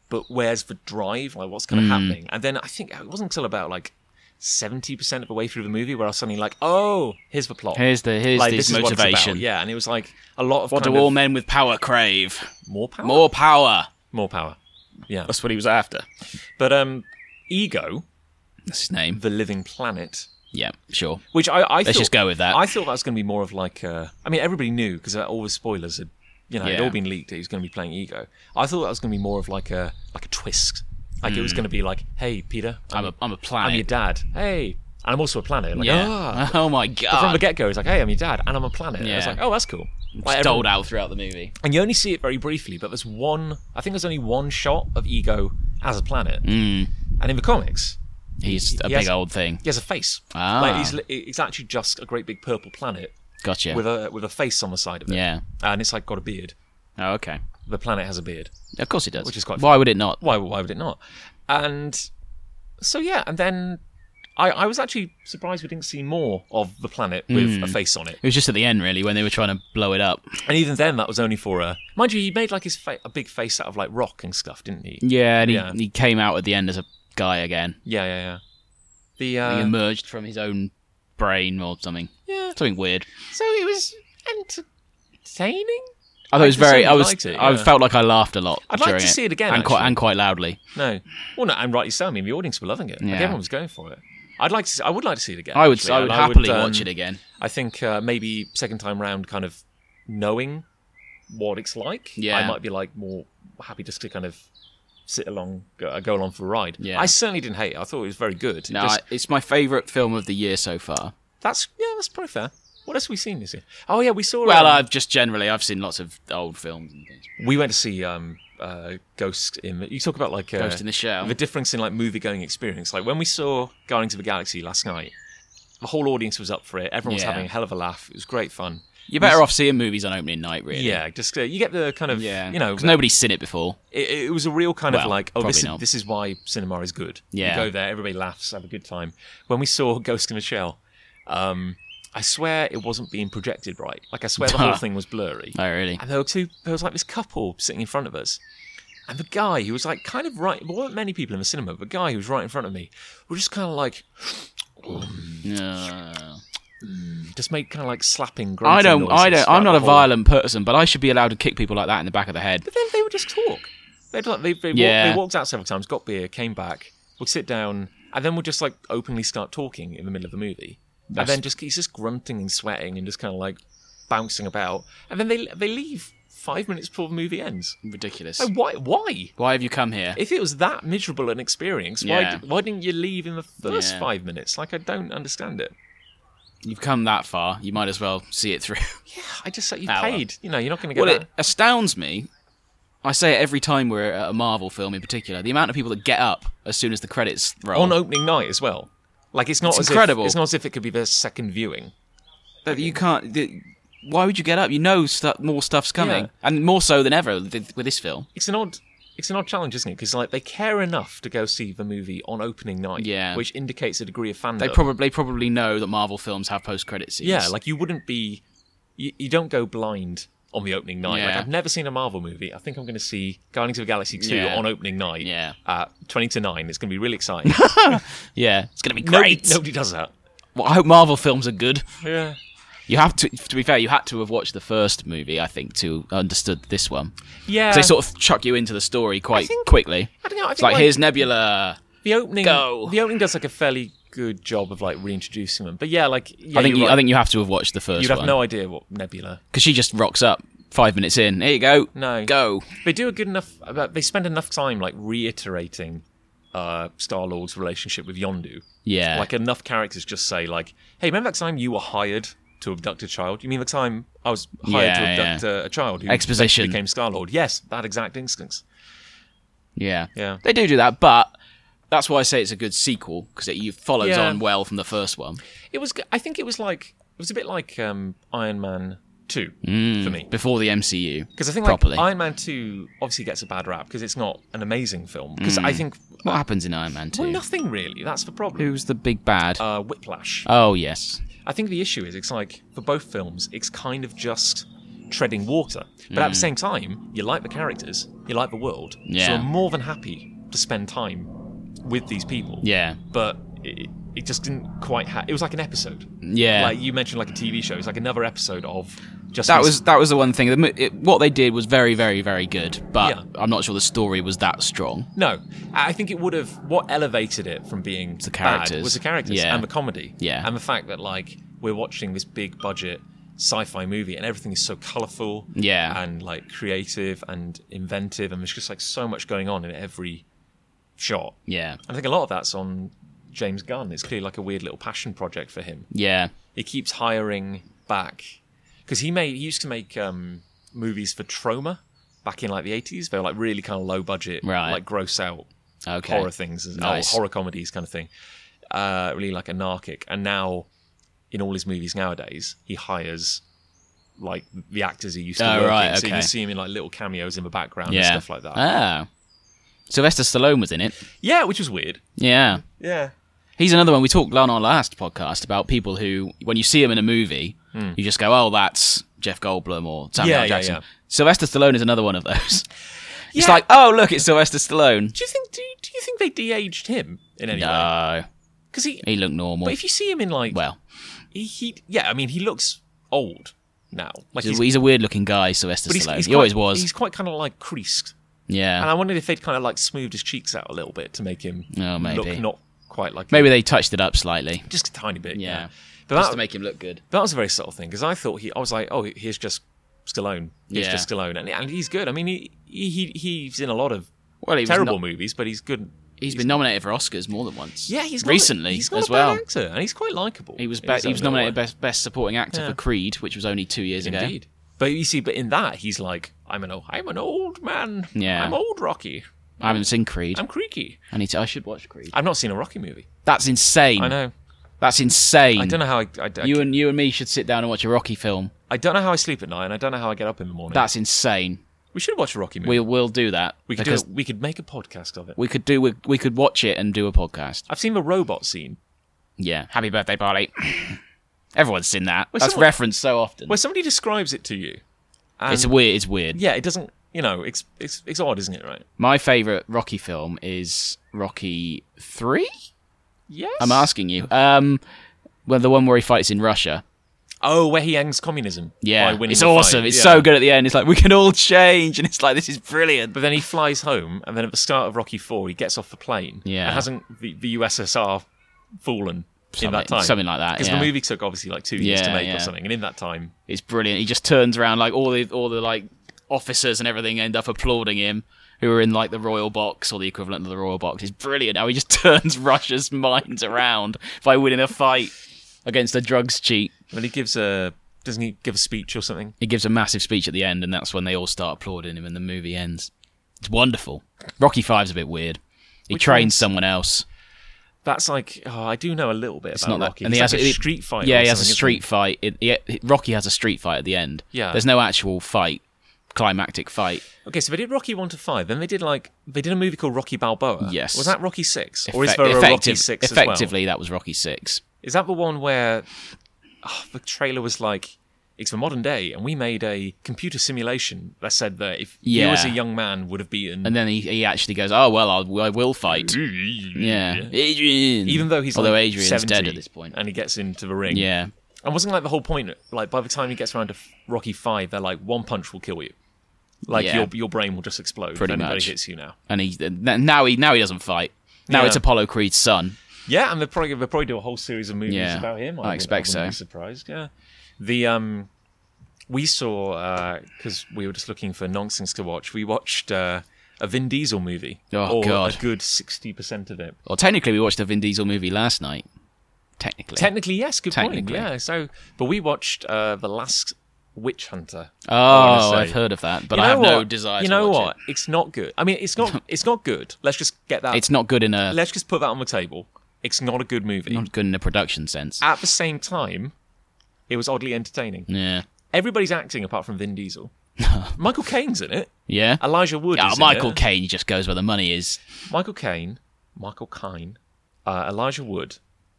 [SPEAKER 2] but where's the drive? Like, what's kind of happening? And then I think it wasn't until about like seventy percent of the way through the movie where I was suddenly like, oh, here's the plot.
[SPEAKER 1] here's the here's
[SPEAKER 2] like,
[SPEAKER 1] this,
[SPEAKER 2] is what it's about.
[SPEAKER 1] motivation.
[SPEAKER 2] Yeah, and it was like a lot of
[SPEAKER 1] What
[SPEAKER 2] kind
[SPEAKER 1] do all
[SPEAKER 2] of-
[SPEAKER 1] men with power crave?
[SPEAKER 2] more power,
[SPEAKER 1] More power.
[SPEAKER 2] more power. Yeah,
[SPEAKER 1] That's what he was after.
[SPEAKER 2] but um, ego,
[SPEAKER 1] That's his name.
[SPEAKER 2] the living planet,
[SPEAKER 1] Yeah, sure.
[SPEAKER 2] which I, I
[SPEAKER 1] Let's
[SPEAKER 2] thought-
[SPEAKER 1] just go with that.
[SPEAKER 2] I thought that was going to be more of like, uh, I mean, everybody knew because all the spoilers had, you know, had
[SPEAKER 1] Yeah.
[SPEAKER 2] all been leaked. That he was going to be playing Ego. I thought that was going to be more of like a like a twist. Like it was going to be like, hey, Peter,
[SPEAKER 1] I'm
[SPEAKER 2] I'm,
[SPEAKER 1] a Hmm. I'm a
[SPEAKER 2] I'm
[SPEAKER 1] planet.
[SPEAKER 2] your dad. Hey, and I'm also a planet. Like,
[SPEAKER 1] yeah.
[SPEAKER 2] ah.
[SPEAKER 1] Oh my
[SPEAKER 2] But From the
[SPEAKER 1] god.
[SPEAKER 2] get go, he's like, hey, I'm your dad, and I'm a planet. And I was
[SPEAKER 1] Yeah.
[SPEAKER 2] like, oh, that's cool. Like,
[SPEAKER 1] It's doled
[SPEAKER 2] everyone-
[SPEAKER 1] out throughout the movie.
[SPEAKER 2] and you only see it very briefly, but there's one. I think there's only one shot of Ego as a planet,
[SPEAKER 1] Mm.
[SPEAKER 2] and in the comics,
[SPEAKER 1] He's a
[SPEAKER 2] Yes.
[SPEAKER 1] big old thing.
[SPEAKER 2] he has a face.
[SPEAKER 1] Ah.
[SPEAKER 2] Like he's, li- it's actually just a great big purple planet
[SPEAKER 1] Gotcha.
[SPEAKER 2] with a with a face on the side of it.
[SPEAKER 1] yeah.
[SPEAKER 2] and it's like got a beard.
[SPEAKER 1] Oh, okay.
[SPEAKER 2] The planet has a beard.
[SPEAKER 1] Of course he does.
[SPEAKER 2] Which is quite
[SPEAKER 1] Why would it not?
[SPEAKER 2] Why? Why would it not? And so yeah, and then I, I was actually surprised we didn't see more of the planet with
[SPEAKER 1] Mm.
[SPEAKER 2] a face on it.
[SPEAKER 1] It was just at the end, really, when they were trying to blow it up.
[SPEAKER 2] And even then, that was only for a mind you. He made like his fa- a big face out of like rock and stuff, didn't he?
[SPEAKER 1] Yeah, and he,
[SPEAKER 2] Yeah.
[SPEAKER 1] he came out at the end as a guy again.
[SPEAKER 2] Yeah, yeah, yeah. The
[SPEAKER 1] He
[SPEAKER 2] uh,
[SPEAKER 1] emerged from his own brain or something.
[SPEAKER 2] yeah.
[SPEAKER 1] Something weird.
[SPEAKER 2] So it was entertaining.
[SPEAKER 1] I thought it was
[SPEAKER 2] to say
[SPEAKER 1] very.
[SPEAKER 2] you
[SPEAKER 1] I was.
[SPEAKER 2] liked it,
[SPEAKER 1] I
[SPEAKER 2] yeah.
[SPEAKER 1] felt like I laughed a lot.
[SPEAKER 2] I'd like
[SPEAKER 1] during
[SPEAKER 2] to see it again,
[SPEAKER 1] and quite
[SPEAKER 2] actually.
[SPEAKER 1] and quite loudly.
[SPEAKER 2] No, well, no, and rightly so. I mean, the audience were loving it. Like,
[SPEAKER 1] Yeah.
[SPEAKER 2] everyone was going for it. I'd like to. See, I would like to see it again.
[SPEAKER 1] I would.
[SPEAKER 2] actually,
[SPEAKER 1] I would
[SPEAKER 2] and
[SPEAKER 1] happily
[SPEAKER 2] um,
[SPEAKER 1] watch it again.
[SPEAKER 2] I think uh, maybe second time round, kind of knowing what it's like,
[SPEAKER 1] Yeah.
[SPEAKER 2] I might be like more happy just to kind of sit along, go, go along for a ride.
[SPEAKER 1] Yeah.
[SPEAKER 2] I certainly didn't hate it. I thought it was very good.
[SPEAKER 1] No,
[SPEAKER 2] Just-
[SPEAKER 1] I- it's my favourite film of the year so far.
[SPEAKER 2] that's yeah, that's probably fair. What else have we seen this year? Oh yeah, we saw.
[SPEAKER 1] Well,
[SPEAKER 2] um,
[SPEAKER 1] I've just generally I've seen lots of old films and things.
[SPEAKER 2] we went to see um, uh, Ghost in. You talk about like uh,
[SPEAKER 1] Ghost in the Shell.
[SPEAKER 2] The difference in like movie going experience. Like when we saw Guardians of the Galaxy last night, the whole audience was up for it. Everyone was
[SPEAKER 1] Yeah.
[SPEAKER 2] having a hell of a laugh. It was great fun.
[SPEAKER 1] You're better off seeing movies on opening night, really.
[SPEAKER 2] Yeah, just uh, you get the kind of
[SPEAKER 1] yeah.
[SPEAKER 2] you know
[SPEAKER 1] because nobody's seen it before.
[SPEAKER 2] it, it was a real kind of
[SPEAKER 1] Well,
[SPEAKER 2] like, oh, this
[SPEAKER 1] probably
[SPEAKER 2] is,
[SPEAKER 1] not.
[SPEAKER 2] this is why cinema is good.
[SPEAKER 1] Yeah.
[SPEAKER 2] You go there, everybody laughs, have a good time. When we saw Ghost in the Shell, um, I swear it wasn't being projected right. Like, I swear the whole thing was blurry.
[SPEAKER 1] Oh, really?
[SPEAKER 2] And there were two, there was like this couple sitting in front of us. And the guy who was like kind of right, there weren't many people in the cinema, but the guy who was right in front of me was just kind of like,
[SPEAKER 1] No.
[SPEAKER 2] just made kind of like slapping grunting
[SPEAKER 1] I don't. I
[SPEAKER 2] noises
[SPEAKER 1] don't. I'm
[SPEAKER 2] throughout
[SPEAKER 1] not a
[SPEAKER 2] the whole-
[SPEAKER 1] violent person, but I should be allowed to kick people like that in the back of the head.
[SPEAKER 2] But then they would just talk. They'd like they, they,
[SPEAKER 1] Yeah.
[SPEAKER 2] walk, they walked out several times, got beer, came back, would sit down, and then would just like openly start talking in the middle of the movie.
[SPEAKER 1] That's-
[SPEAKER 2] And then just he's just grunting and sweating and just kind of like bouncing about. And then they they leave five minutes before the movie ends.
[SPEAKER 1] Ridiculous.
[SPEAKER 2] Like, why? Why?
[SPEAKER 1] Oh. Why have you come here?
[SPEAKER 2] If it was that miserable an experience,
[SPEAKER 1] Yeah.
[SPEAKER 2] why why didn't you leave in the first
[SPEAKER 1] Yeah.
[SPEAKER 2] five minutes? Like I don't understand it.
[SPEAKER 1] You've come that far. You might as well see it through.
[SPEAKER 2] Yeah, I just like you
[SPEAKER 1] Ah, well.
[SPEAKER 2] paid. You know, you're not going to get
[SPEAKER 1] well,
[SPEAKER 2] that.
[SPEAKER 1] it astounds me. I say it every time we're at a Marvel film in particular. The amount of people that get up as soon as the credits roll.
[SPEAKER 2] on opening night as well. Like it's not
[SPEAKER 1] It's
[SPEAKER 2] as
[SPEAKER 1] incredible.
[SPEAKER 2] If, it's not as if it could be their second viewing.
[SPEAKER 1] But you can't. The, why would you get up? You know, stu more stuff's coming,
[SPEAKER 2] Yeah.
[SPEAKER 1] and more so than ever th- with this film.
[SPEAKER 2] it's an odd it's an odd challenge, isn't it? Because like they care enough to go see the movie on opening night,
[SPEAKER 1] Yeah.
[SPEAKER 2] which indicates a degree of fandom.
[SPEAKER 1] They probably probably know that Marvel films have post credit scenes.
[SPEAKER 2] yeah, like you wouldn't be, you, you don't go blind on the opening night. Like
[SPEAKER 1] Yeah.
[SPEAKER 2] I've never seen a Marvel movie. I think I'm going to see Guardians of the Galaxy two
[SPEAKER 1] Yeah.
[SPEAKER 2] on opening night.
[SPEAKER 1] Yeah.
[SPEAKER 2] at twenty to nine. It's going to be really exciting.
[SPEAKER 1] yeah, it's gonna be
[SPEAKER 2] nobody,
[SPEAKER 1] great.
[SPEAKER 2] nobody does that.
[SPEAKER 1] Well, I hope Marvel films are good.
[SPEAKER 2] Yeah.
[SPEAKER 1] You have to. To be fair, you had to have watched the first movie, I think, to understood this one. 'Cause
[SPEAKER 2] Yeah.
[SPEAKER 1] They sort of chuck you into the story quite
[SPEAKER 2] Uh, think-
[SPEAKER 1] quickly.
[SPEAKER 2] I don't know. I
[SPEAKER 1] It's
[SPEAKER 2] think,
[SPEAKER 1] like, here's Nebula.
[SPEAKER 2] the opening.
[SPEAKER 1] Go.
[SPEAKER 2] The opening does like a fairly good job of like reintroducing them. But yeah, like yeah,
[SPEAKER 1] I think
[SPEAKER 2] you're
[SPEAKER 1] you,
[SPEAKER 2] right.
[SPEAKER 1] I think you have to have watched the first
[SPEAKER 2] you'd have
[SPEAKER 1] one
[SPEAKER 2] no idea what Nebula
[SPEAKER 1] because she just rocks up five minutes in. Here you go.
[SPEAKER 2] No.
[SPEAKER 1] Go.
[SPEAKER 2] they do a good enough about they spend enough time like reiterating uh Star Lord's relationship with Yondu.
[SPEAKER 1] Yeah.
[SPEAKER 2] Like enough characters just say like, Hey, remember that time you were hired to abduct a child. You mean the time I was hired
[SPEAKER 1] Yeah,
[SPEAKER 2] to abduct uh, a child who
[SPEAKER 1] Exposition.
[SPEAKER 2] became Star Lord? Yes, that exact instance.
[SPEAKER 1] Yeah.
[SPEAKER 2] Yeah.
[SPEAKER 1] They do do that, but that's why I say it's a good sequel because it you follows
[SPEAKER 2] Yeah.
[SPEAKER 1] on well from the first one.
[SPEAKER 2] It was. g- I think it was like it was a bit like um, Iron Man Two for me.
[SPEAKER 1] Before the MCU.
[SPEAKER 2] Because I think
[SPEAKER 1] Mm. properly.
[SPEAKER 2] like Iron Man Two obviously gets a bad rap because it's not an amazing film. Because
[SPEAKER 1] Mm.
[SPEAKER 2] I think
[SPEAKER 1] what happens in Iron Man 2?
[SPEAKER 2] well, nothing really. That's the problem.
[SPEAKER 1] Who's the big bad?
[SPEAKER 2] Uh, Whiplash.
[SPEAKER 1] oh, yes.
[SPEAKER 2] I think the issue is it's like for both films, it's kind of just treading water. But at the same time, you like the characters, you like the world, so
[SPEAKER 1] Mm. Yeah.
[SPEAKER 2] I'm more than happy to spend time with these people.
[SPEAKER 1] Yeah.
[SPEAKER 2] But it, it just didn't quite. Ha- it was like an episode.
[SPEAKER 1] Yeah.
[SPEAKER 2] Like you mentioned, like a TV show. It's like another episode of just
[SPEAKER 1] that
[SPEAKER 2] this-
[SPEAKER 1] was that was the one thing. The mo- It, what they did was very, very, very good, but
[SPEAKER 2] Yeah.
[SPEAKER 1] I'm not sure the story was that strong.
[SPEAKER 2] No, I think it would have. What elevated it from being the bad
[SPEAKER 1] characters.
[SPEAKER 2] was the characters
[SPEAKER 1] Yeah.
[SPEAKER 2] and the comedy,
[SPEAKER 1] Yeah.
[SPEAKER 2] and the fact that like we're watching this big budget sci-fi movie and everything is so colourful,
[SPEAKER 1] Yeah.
[SPEAKER 2] and like creative and inventive, and there's just like so much going on in every shot.
[SPEAKER 1] Yeah.
[SPEAKER 2] And I think a lot of that's on James Gunn. It's clearly like a weird little passion project for him.
[SPEAKER 1] Yeah.
[SPEAKER 2] He keeps hiring back because he made he used to make um, movies for Troma back in like the 80s. They were like really kind of low budget,
[SPEAKER 1] Right.
[SPEAKER 2] like gross out
[SPEAKER 1] Okay.
[SPEAKER 2] horror things, and
[SPEAKER 1] Nice.
[SPEAKER 2] oh, horror comedies kind of thing. Uh, really like anarchic. And now, in all his movies nowadays, he hires like the actors he used to
[SPEAKER 1] Oh,
[SPEAKER 2] work in.
[SPEAKER 1] right,
[SPEAKER 2] So you
[SPEAKER 1] okay.
[SPEAKER 2] can see him in like little cameos in the background and
[SPEAKER 1] Yeah.
[SPEAKER 2] stuff like that.
[SPEAKER 1] Oh. Sylvester Stallone was in it.
[SPEAKER 2] yeah, which was weird.
[SPEAKER 1] Yeah.
[SPEAKER 2] Yeah.
[SPEAKER 1] He's another one we talked on our last podcast about people who, when you see him in a movie, you just go, "Oh, that's Jeff Goldblum or Samuel
[SPEAKER 2] Hmm. Yeah,
[SPEAKER 1] L.
[SPEAKER 2] yeah,
[SPEAKER 1] Jackson."
[SPEAKER 2] yeah.
[SPEAKER 1] Sylvester Stallone is another one of those.
[SPEAKER 2] Yeah.
[SPEAKER 1] It's like, "Oh, look, it's Sylvester Stallone."
[SPEAKER 2] do you think do, do you think they de-aged him in any way?
[SPEAKER 1] No,
[SPEAKER 2] Because he,
[SPEAKER 1] he looked normal.
[SPEAKER 2] but if you see him in like
[SPEAKER 1] well,
[SPEAKER 2] he, he yeah, I mean he looks old now. Like
[SPEAKER 1] he's,
[SPEAKER 2] he's,
[SPEAKER 1] a- he's a weird-looking guy, Sylvester
[SPEAKER 2] but he's,
[SPEAKER 1] Stallone.
[SPEAKER 2] he's
[SPEAKER 1] he
[SPEAKER 2] quite-
[SPEAKER 1] always was.
[SPEAKER 2] He's quite kind of like creased. And
[SPEAKER 1] yeah.
[SPEAKER 2] I wondered if they'd kind of like smoothed his cheeks out a little bit to make him
[SPEAKER 1] Oh, maybe.
[SPEAKER 2] look not quite like
[SPEAKER 1] Maybe they touched it up slightly
[SPEAKER 2] just a tiny bit. Yeah,
[SPEAKER 1] Yeah.
[SPEAKER 2] but
[SPEAKER 1] just
[SPEAKER 2] that,
[SPEAKER 1] to make him look good.
[SPEAKER 2] that was a very subtle thing because I thought he. I was like, oh, here's just Stallone. Here's
[SPEAKER 1] Yeah.
[SPEAKER 2] just Stallone, and, and he's good. I mean, he, he he's in a lot of
[SPEAKER 1] Well, he was
[SPEAKER 2] terrible
[SPEAKER 1] no-
[SPEAKER 2] movies, but he's good.
[SPEAKER 1] he's been nominated for Oscars more than once.
[SPEAKER 2] Yeah, he's not a-
[SPEAKER 1] recently
[SPEAKER 2] he's not
[SPEAKER 1] as
[SPEAKER 2] a
[SPEAKER 1] well.
[SPEAKER 2] bad actor, and he's quite likable.
[SPEAKER 1] He was
[SPEAKER 2] in
[SPEAKER 1] be-
[SPEAKER 2] his
[SPEAKER 1] he
[SPEAKER 2] own
[SPEAKER 1] was
[SPEAKER 2] little
[SPEAKER 1] nominated
[SPEAKER 2] way.
[SPEAKER 1] best best supporting actor
[SPEAKER 2] Yeah.
[SPEAKER 1] for Creed, which was only two years ago.
[SPEAKER 2] Indeed. But you see, but in that he's like, I'm an old, I'm an old man.
[SPEAKER 1] Yeah.
[SPEAKER 2] I'm old Rocky.
[SPEAKER 1] I haven't seen Creed.
[SPEAKER 2] I'm creaky.
[SPEAKER 1] I need to. I should watch Creed.
[SPEAKER 2] I've not seen a Rocky movie.
[SPEAKER 1] That's insane.
[SPEAKER 2] I know.
[SPEAKER 1] That's insane.
[SPEAKER 2] I don't know how I, I, I,
[SPEAKER 1] Mm. You and you and me should sit down and watch a Rocky film.
[SPEAKER 2] I don't know how I sleep at night, and I don't know how I get up in the morning.
[SPEAKER 1] That's insane.
[SPEAKER 2] we should watch a Rocky movie.
[SPEAKER 1] We will do that
[SPEAKER 2] we could do
[SPEAKER 1] because
[SPEAKER 2] it. We could make a podcast of it.
[SPEAKER 1] we could do we, we could watch it and do a podcast.
[SPEAKER 2] I've seen the robot scene
[SPEAKER 1] Yeah, happy birthday party. Everyone's seen that. That's
[SPEAKER 2] someone-
[SPEAKER 1] referenced so often.
[SPEAKER 2] where somebody describes it to you. And
[SPEAKER 1] It's weird. It's weird.
[SPEAKER 2] yeah, it doesn't. You know, it's it's it's odd, isn't it? Right?
[SPEAKER 1] My favorite Rocky film is Rocky Three.
[SPEAKER 2] Yes.
[SPEAKER 1] I'm asking you. Um, well, the one where he fights in Russia.
[SPEAKER 2] Oh, where he hangs communism.
[SPEAKER 1] Yeah,
[SPEAKER 2] by winning
[SPEAKER 1] it's
[SPEAKER 2] the fight.
[SPEAKER 1] awesome. It's
[SPEAKER 2] Yeah.
[SPEAKER 1] so good at the end. It's like we can all change, and it's like this is brilliant.
[SPEAKER 2] But then he flies home, and then at the start of Rocky Four, he gets off the plane.
[SPEAKER 1] Yeah.
[SPEAKER 2] and hasn't the, the USSR fallen in
[SPEAKER 1] Something-
[SPEAKER 2] that time?
[SPEAKER 1] something like that,
[SPEAKER 2] Because
[SPEAKER 1] yeah.
[SPEAKER 2] the movie took obviously like two years to
[SPEAKER 1] Yeah,
[SPEAKER 2] make
[SPEAKER 1] yeah.
[SPEAKER 2] or something, and in that time,
[SPEAKER 1] It's brilliant. He just turns around like all the all the like officers and everything end up applauding him who are in like the royal box or the equivalent of the royal box. It's brilliant how he just turns Russia's minds around by winning a fight against a drugs cheat.
[SPEAKER 2] when he gives a doesn't he give a speech or something?
[SPEAKER 1] He gives a massive speech at the end and that's when they all start applauding him and the movie ends. It's wonderful. Rocky Five's a bit weird. He
[SPEAKER 2] Which
[SPEAKER 1] trains
[SPEAKER 2] one's-
[SPEAKER 1] someone else.
[SPEAKER 2] That's like oh, I do know a little bit
[SPEAKER 1] It's
[SPEAKER 2] about
[SPEAKER 1] not
[SPEAKER 2] Rocky.
[SPEAKER 1] that, and
[SPEAKER 2] it's
[SPEAKER 1] he
[SPEAKER 2] like
[SPEAKER 1] has
[SPEAKER 2] a
[SPEAKER 1] he-
[SPEAKER 2] street fight.
[SPEAKER 1] Yeah,
[SPEAKER 2] or
[SPEAKER 1] he has a
[SPEAKER 2] something, isn't
[SPEAKER 1] street fight. It, he- Rocky has a street fight at the end.
[SPEAKER 2] Yeah.
[SPEAKER 1] there's no actual fight, climactic fight.
[SPEAKER 2] Okay, so they did Rocky one to five, then they did like they did a movie called Rocky Balboa.
[SPEAKER 1] Yes.
[SPEAKER 2] was that Rocky six or is
[SPEAKER 1] Effect-
[SPEAKER 2] there a Rocky
[SPEAKER 1] effective-
[SPEAKER 2] six as well?
[SPEAKER 1] Effectively, that was Rocky Six.
[SPEAKER 2] Is that the one where oh, the trailer was like it's the modern day, and we made a computer simulation that said that if you
[SPEAKER 1] Yeah.
[SPEAKER 2] as a young man would have beaten,
[SPEAKER 1] And then he, he actually goes, "Oh well, I'll, I will fight." Yeah, Adrian.
[SPEAKER 2] even though he's
[SPEAKER 1] although
[SPEAKER 2] like
[SPEAKER 1] Adrian's
[SPEAKER 2] 70
[SPEAKER 1] dead at this point.
[SPEAKER 2] and he gets into the ring,
[SPEAKER 1] Yeah,
[SPEAKER 2] And wasn't like the whole point? Like by the time he gets around to F- Rocky Five, they're like one punch will kill you. Like
[SPEAKER 1] Yeah.
[SPEAKER 2] your your brain will just explode
[SPEAKER 1] Pretty
[SPEAKER 2] if anybody
[SPEAKER 1] much.
[SPEAKER 2] hits you now.
[SPEAKER 1] and he n- now he now he doesn't fight. Now
[SPEAKER 2] Yeah.
[SPEAKER 1] it's Apollo Creed's son.
[SPEAKER 2] Yeah, and they'll probably they'll probably do a whole series of movies
[SPEAKER 1] Yeah,
[SPEAKER 2] about him.
[SPEAKER 1] I
[SPEAKER 2] wouldn't-
[SPEAKER 1] expect
[SPEAKER 2] wouldn't
[SPEAKER 1] so.
[SPEAKER 2] Be surprised. Yeah, the um, we saw because we were just looking for nonsense to watch. We watched uh, a Vin Diesel movie.
[SPEAKER 1] Oh,
[SPEAKER 2] or
[SPEAKER 1] God.
[SPEAKER 2] a good sixty percent of it.
[SPEAKER 1] Or technically, we watched a Vin Diesel movie last night. technically.
[SPEAKER 2] Technically, yes. Good point.
[SPEAKER 1] Technically.
[SPEAKER 2] Yeah. So, but we watched uh, the last Witch Hunter. I
[SPEAKER 1] oh,
[SPEAKER 2] wanna say.
[SPEAKER 1] I've heard of that, but
[SPEAKER 2] You
[SPEAKER 1] I
[SPEAKER 2] know
[SPEAKER 1] have no
[SPEAKER 2] what?
[SPEAKER 1] desire.
[SPEAKER 2] You
[SPEAKER 1] to
[SPEAKER 2] know
[SPEAKER 1] watch
[SPEAKER 2] what? It's not good. I mean, it's not. It's not good. Let's just get that.
[SPEAKER 1] It. It's not good in a
[SPEAKER 2] let's just put that on the table. It's not a good movie.
[SPEAKER 1] not good in a production sense.
[SPEAKER 2] At the same time, it was oddly entertaining.
[SPEAKER 1] yeah,
[SPEAKER 2] Everybody's acting apart from Vin Diesel. Michael Caine's in it.
[SPEAKER 1] yeah.
[SPEAKER 2] Elijah Wood.
[SPEAKER 1] Oh,
[SPEAKER 2] is in
[SPEAKER 1] Michael
[SPEAKER 2] it.
[SPEAKER 1] Caine just goes where the money is.
[SPEAKER 2] Michael Caine, Michael Caine, uh, Elijah Wood,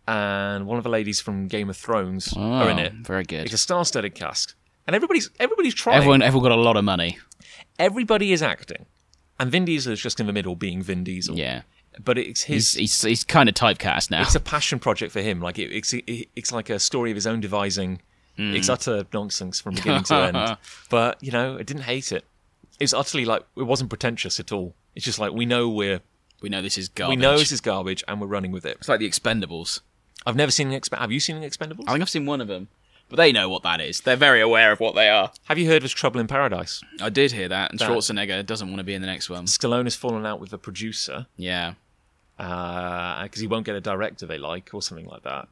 [SPEAKER 2] and one of the ladies from Game of Thrones are in
[SPEAKER 1] Oh,
[SPEAKER 2] it.
[SPEAKER 1] Very good.
[SPEAKER 2] It's a star-studded cast, and everybody's everybody's trying.
[SPEAKER 1] Everyone, everyone got a lot of money.
[SPEAKER 2] Everybody is acting, and Vin Diesel is just in the middle, being Vin Diesel.
[SPEAKER 1] Yeah,
[SPEAKER 2] but it's his.
[SPEAKER 1] he's he's, he's kind of typecast now.
[SPEAKER 2] it's a passion project for him. Like it, it's it, it's like a story of his own devising.
[SPEAKER 1] Mm.
[SPEAKER 2] It's utter nonsense from beginning to end. But you know, I didn't hate it. It was utterly like it wasn't pretentious at all. It's just like we know we're
[SPEAKER 1] we know this is garbage.
[SPEAKER 2] we know this is garbage and we're running with it.
[SPEAKER 1] it's like the Expendables.
[SPEAKER 2] I've never seen an Expendables. Have you seen an Expendables?
[SPEAKER 1] I think I've seen one of them, but they know what that is. They're very aware of what they are.
[SPEAKER 2] Have you heard of Trouble in Paradise?
[SPEAKER 1] I did hear that, and
[SPEAKER 2] That-
[SPEAKER 1] Schwarzenegger doesn't want to be in the next one.
[SPEAKER 2] Stallone has fallen out with the producer
[SPEAKER 1] Yeah,
[SPEAKER 2] because he won't get a director they like or something like that.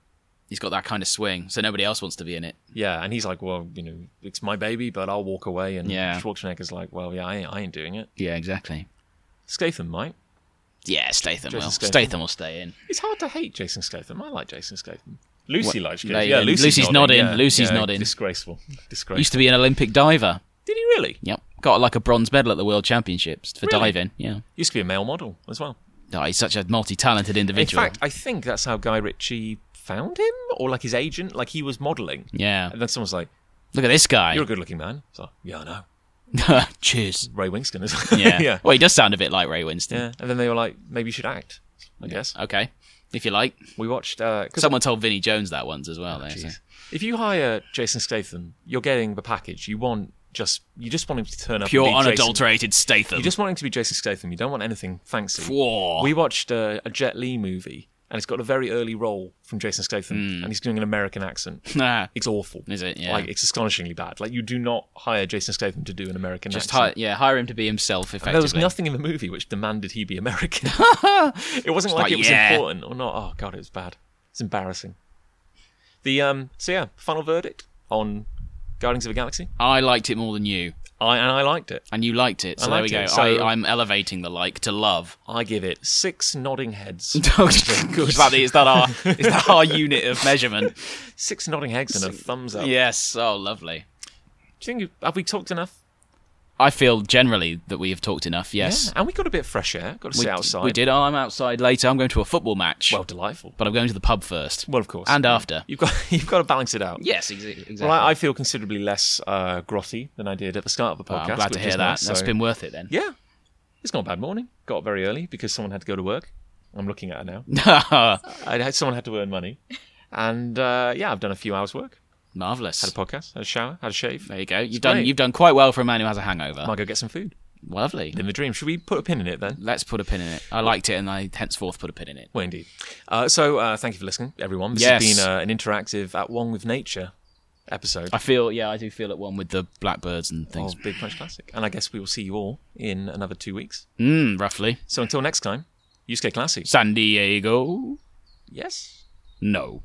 [SPEAKER 1] he's got that kind of swing, so nobody else wants to be in it.
[SPEAKER 2] Yeah, and he's like, well, you know, it's my baby, but I'll walk away. And
[SPEAKER 1] Yeah.
[SPEAKER 2] Schwarzenegger's like, well, yeah, I ain't, I ain't doing it.
[SPEAKER 1] Yeah, exactly.
[SPEAKER 2] Statham might.
[SPEAKER 1] Yeah, Statham
[SPEAKER 2] Jason
[SPEAKER 1] will.
[SPEAKER 2] Statham.
[SPEAKER 1] Statham will stay in.
[SPEAKER 2] It's hard to hate Jason Statham. I like Jason Statham. Lucy likes Jason.
[SPEAKER 1] no,
[SPEAKER 2] yeah,
[SPEAKER 1] yeah,
[SPEAKER 2] Lucy's,
[SPEAKER 1] Lucy's
[SPEAKER 2] not
[SPEAKER 1] nodding,
[SPEAKER 2] in. Yeah,
[SPEAKER 1] Lucy's
[SPEAKER 2] yeah,
[SPEAKER 1] nodding.
[SPEAKER 2] Disgraceful. Disgraceful.
[SPEAKER 1] Used to be an Olympic diver.
[SPEAKER 2] Did he really?
[SPEAKER 1] Yep, got like a bronze medal at the World Championships for
[SPEAKER 2] Really?
[SPEAKER 1] diving. Yeah,
[SPEAKER 2] Used to be a male model as well.
[SPEAKER 1] oh, he's such a multi-talented individual.
[SPEAKER 2] In fact, I think that's how Guy Ritchie found him, or like his agent. Like he was modeling,
[SPEAKER 1] yeah,
[SPEAKER 2] and then someone's like,
[SPEAKER 1] look at this guy.
[SPEAKER 2] "You're a good-looking man." It's like, "Yeah, I know."
[SPEAKER 1] Cheers.
[SPEAKER 2] Ray Winston is.
[SPEAKER 1] Yeah.
[SPEAKER 2] yeah,
[SPEAKER 1] Well, he does sound a bit like Ray Winston.
[SPEAKER 2] yeah. And then they were like, "Maybe you should act." I guess
[SPEAKER 1] Okay, if you like.
[SPEAKER 2] we watched. Uh, 'cause-
[SPEAKER 1] Someone told Vinnie Jones that once as
[SPEAKER 2] Oh,
[SPEAKER 1] well. though, so-
[SPEAKER 2] Jeez. If you hire Jason Statham, you're getting the package. You want just you just want him to turn up and
[SPEAKER 1] Pure
[SPEAKER 2] be Jason-
[SPEAKER 1] unadulterated Statham.
[SPEAKER 2] You just want him to be Jason Statham. You don't want anything fancy.
[SPEAKER 1] Whoa.
[SPEAKER 2] We watched uh, a Jet Li movie, and it's got a very early role from Jason Statham, and he's doing an American accent.
[SPEAKER 1] Nah.
[SPEAKER 2] It's awful.
[SPEAKER 1] Hmm. Is it? Yeah.
[SPEAKER 2] Like it's astonishingly bad. Like you do not hire Jason Statham to do an American
[SPEAKER 1] Just
[SPEAKER 2] accent.
[SPEAKER 1] hire, yeah, hire him to be himself. Effectively,
[SPEAKER 2] There was nothing in the movie which demanded he be American. it wasn't like,
[SPEAKER 1] like,
[SPEAKER 2] it was
[SPEAKER 1] yeah.
[SPEAKER 2] important or not. Oh god, it was bad. It's embarrassing. The um. So yeah, final verdict on Guardians of the Galaxy.
[SPEAKER 1] I liked it more than you,
[SPEAKER 2] I and I liked it.
[SPEAKER 1] and you liked it. So there we
[SPEAKER 2] liked
[SPEAKER 1] go.
[SPEAKER 2] it, so-
[SPEAKER 1] I, I'm elevating the like to love.
[SPEAKER 2] I give it six nodding heads.
[SPEAKER 1] Good. Is that, the- is that our is that our unit of measurement?
[SPEAKER 2] six nodding heads and a thumbs up.
[SPEAKER 1] yes. Oh, lovely.
[SPEAKER 2] Do you think have we talked enough?
[SPEAKER 1] I feel generally that we have talked enough. Yes.
[SPEAKER 2] Yeah. And we got a bit of fresh air. Got to
[SPEAKER 1] We,
[SPEAKER 2] sit outside.
[SPEAKER 1] we did. I'm outside later. I'm going to a football match,
[SPEAKER 2] Well, delightful.
[SPEAKER 1] but I'm going to the pub first.
[SPEAKER 2] Well, of course.
[SPEAKER 1] and after.
[SPEAKER 2] You've got you've got to balance it out.
[SPEAKER 1] Yes, exa- exactly.
[SPEAKER 2] Well, I, I feel considerably less uh, grotty than I did at the start of the
[SPEAKER 1] Well,
[SPEAKER 2] podcast.
[SPEAKER 1] I'm glad to
[SPEAKER 2] which
[SPEAKER 1] hear
[SPEAKER 2] is
[SPEAKER 1] that.
[SPEAKER 2] nice,
[SPEAKER 1] That's
[SPEAKER 2] so-
[SPEAKER 1] been worth it then.
[SPEAKER 2] Yeah. It's not a bad morning. Got up very early because someone had to go to work. I'm looking at her now. I had someone had to earn money. And uh, yeah, I've done a few hours work.
[SPEAKER 1] Marvelous.
[SPEAKER 2] Had a podcast, had a shower, had a shave.
[SPEAKER 1] There you go. You've done
[SPEAKER 2] great.
[SPEAKER 1] you've done quite well for a man who has a hangover.
[SPEAKER 2] Might go get some food.
[SPEAKER 1] Lovely.
[SPEAKER 2] In the dream. Should we put a pin in it then?
[SPEAKER 1] Let's put a pin in it. I liked it, and I henceforth put a pin in it.
[SPEAKER 2] Well, indeed. Uh, so uh, thank you for listening, everyone. This
[SPEAKER 1] Yes.
[SPEAKER 2] has been uh, an interactive At One with Nature episode
[SPEAKER 1] I feel, yeah, I do feel at one with the blackbirds and things.
[SPEAKER 2] of Big Punch Classic. And I guess we will see you all in another two weeks.
[SPEAKER 1] Mm, roughly.
[SPEAKER 2] So until next time, you stay classy.
[SPEAKER 1] San Diego?
[SPEAKER 2] Yes.
[SPEAKER 1] No.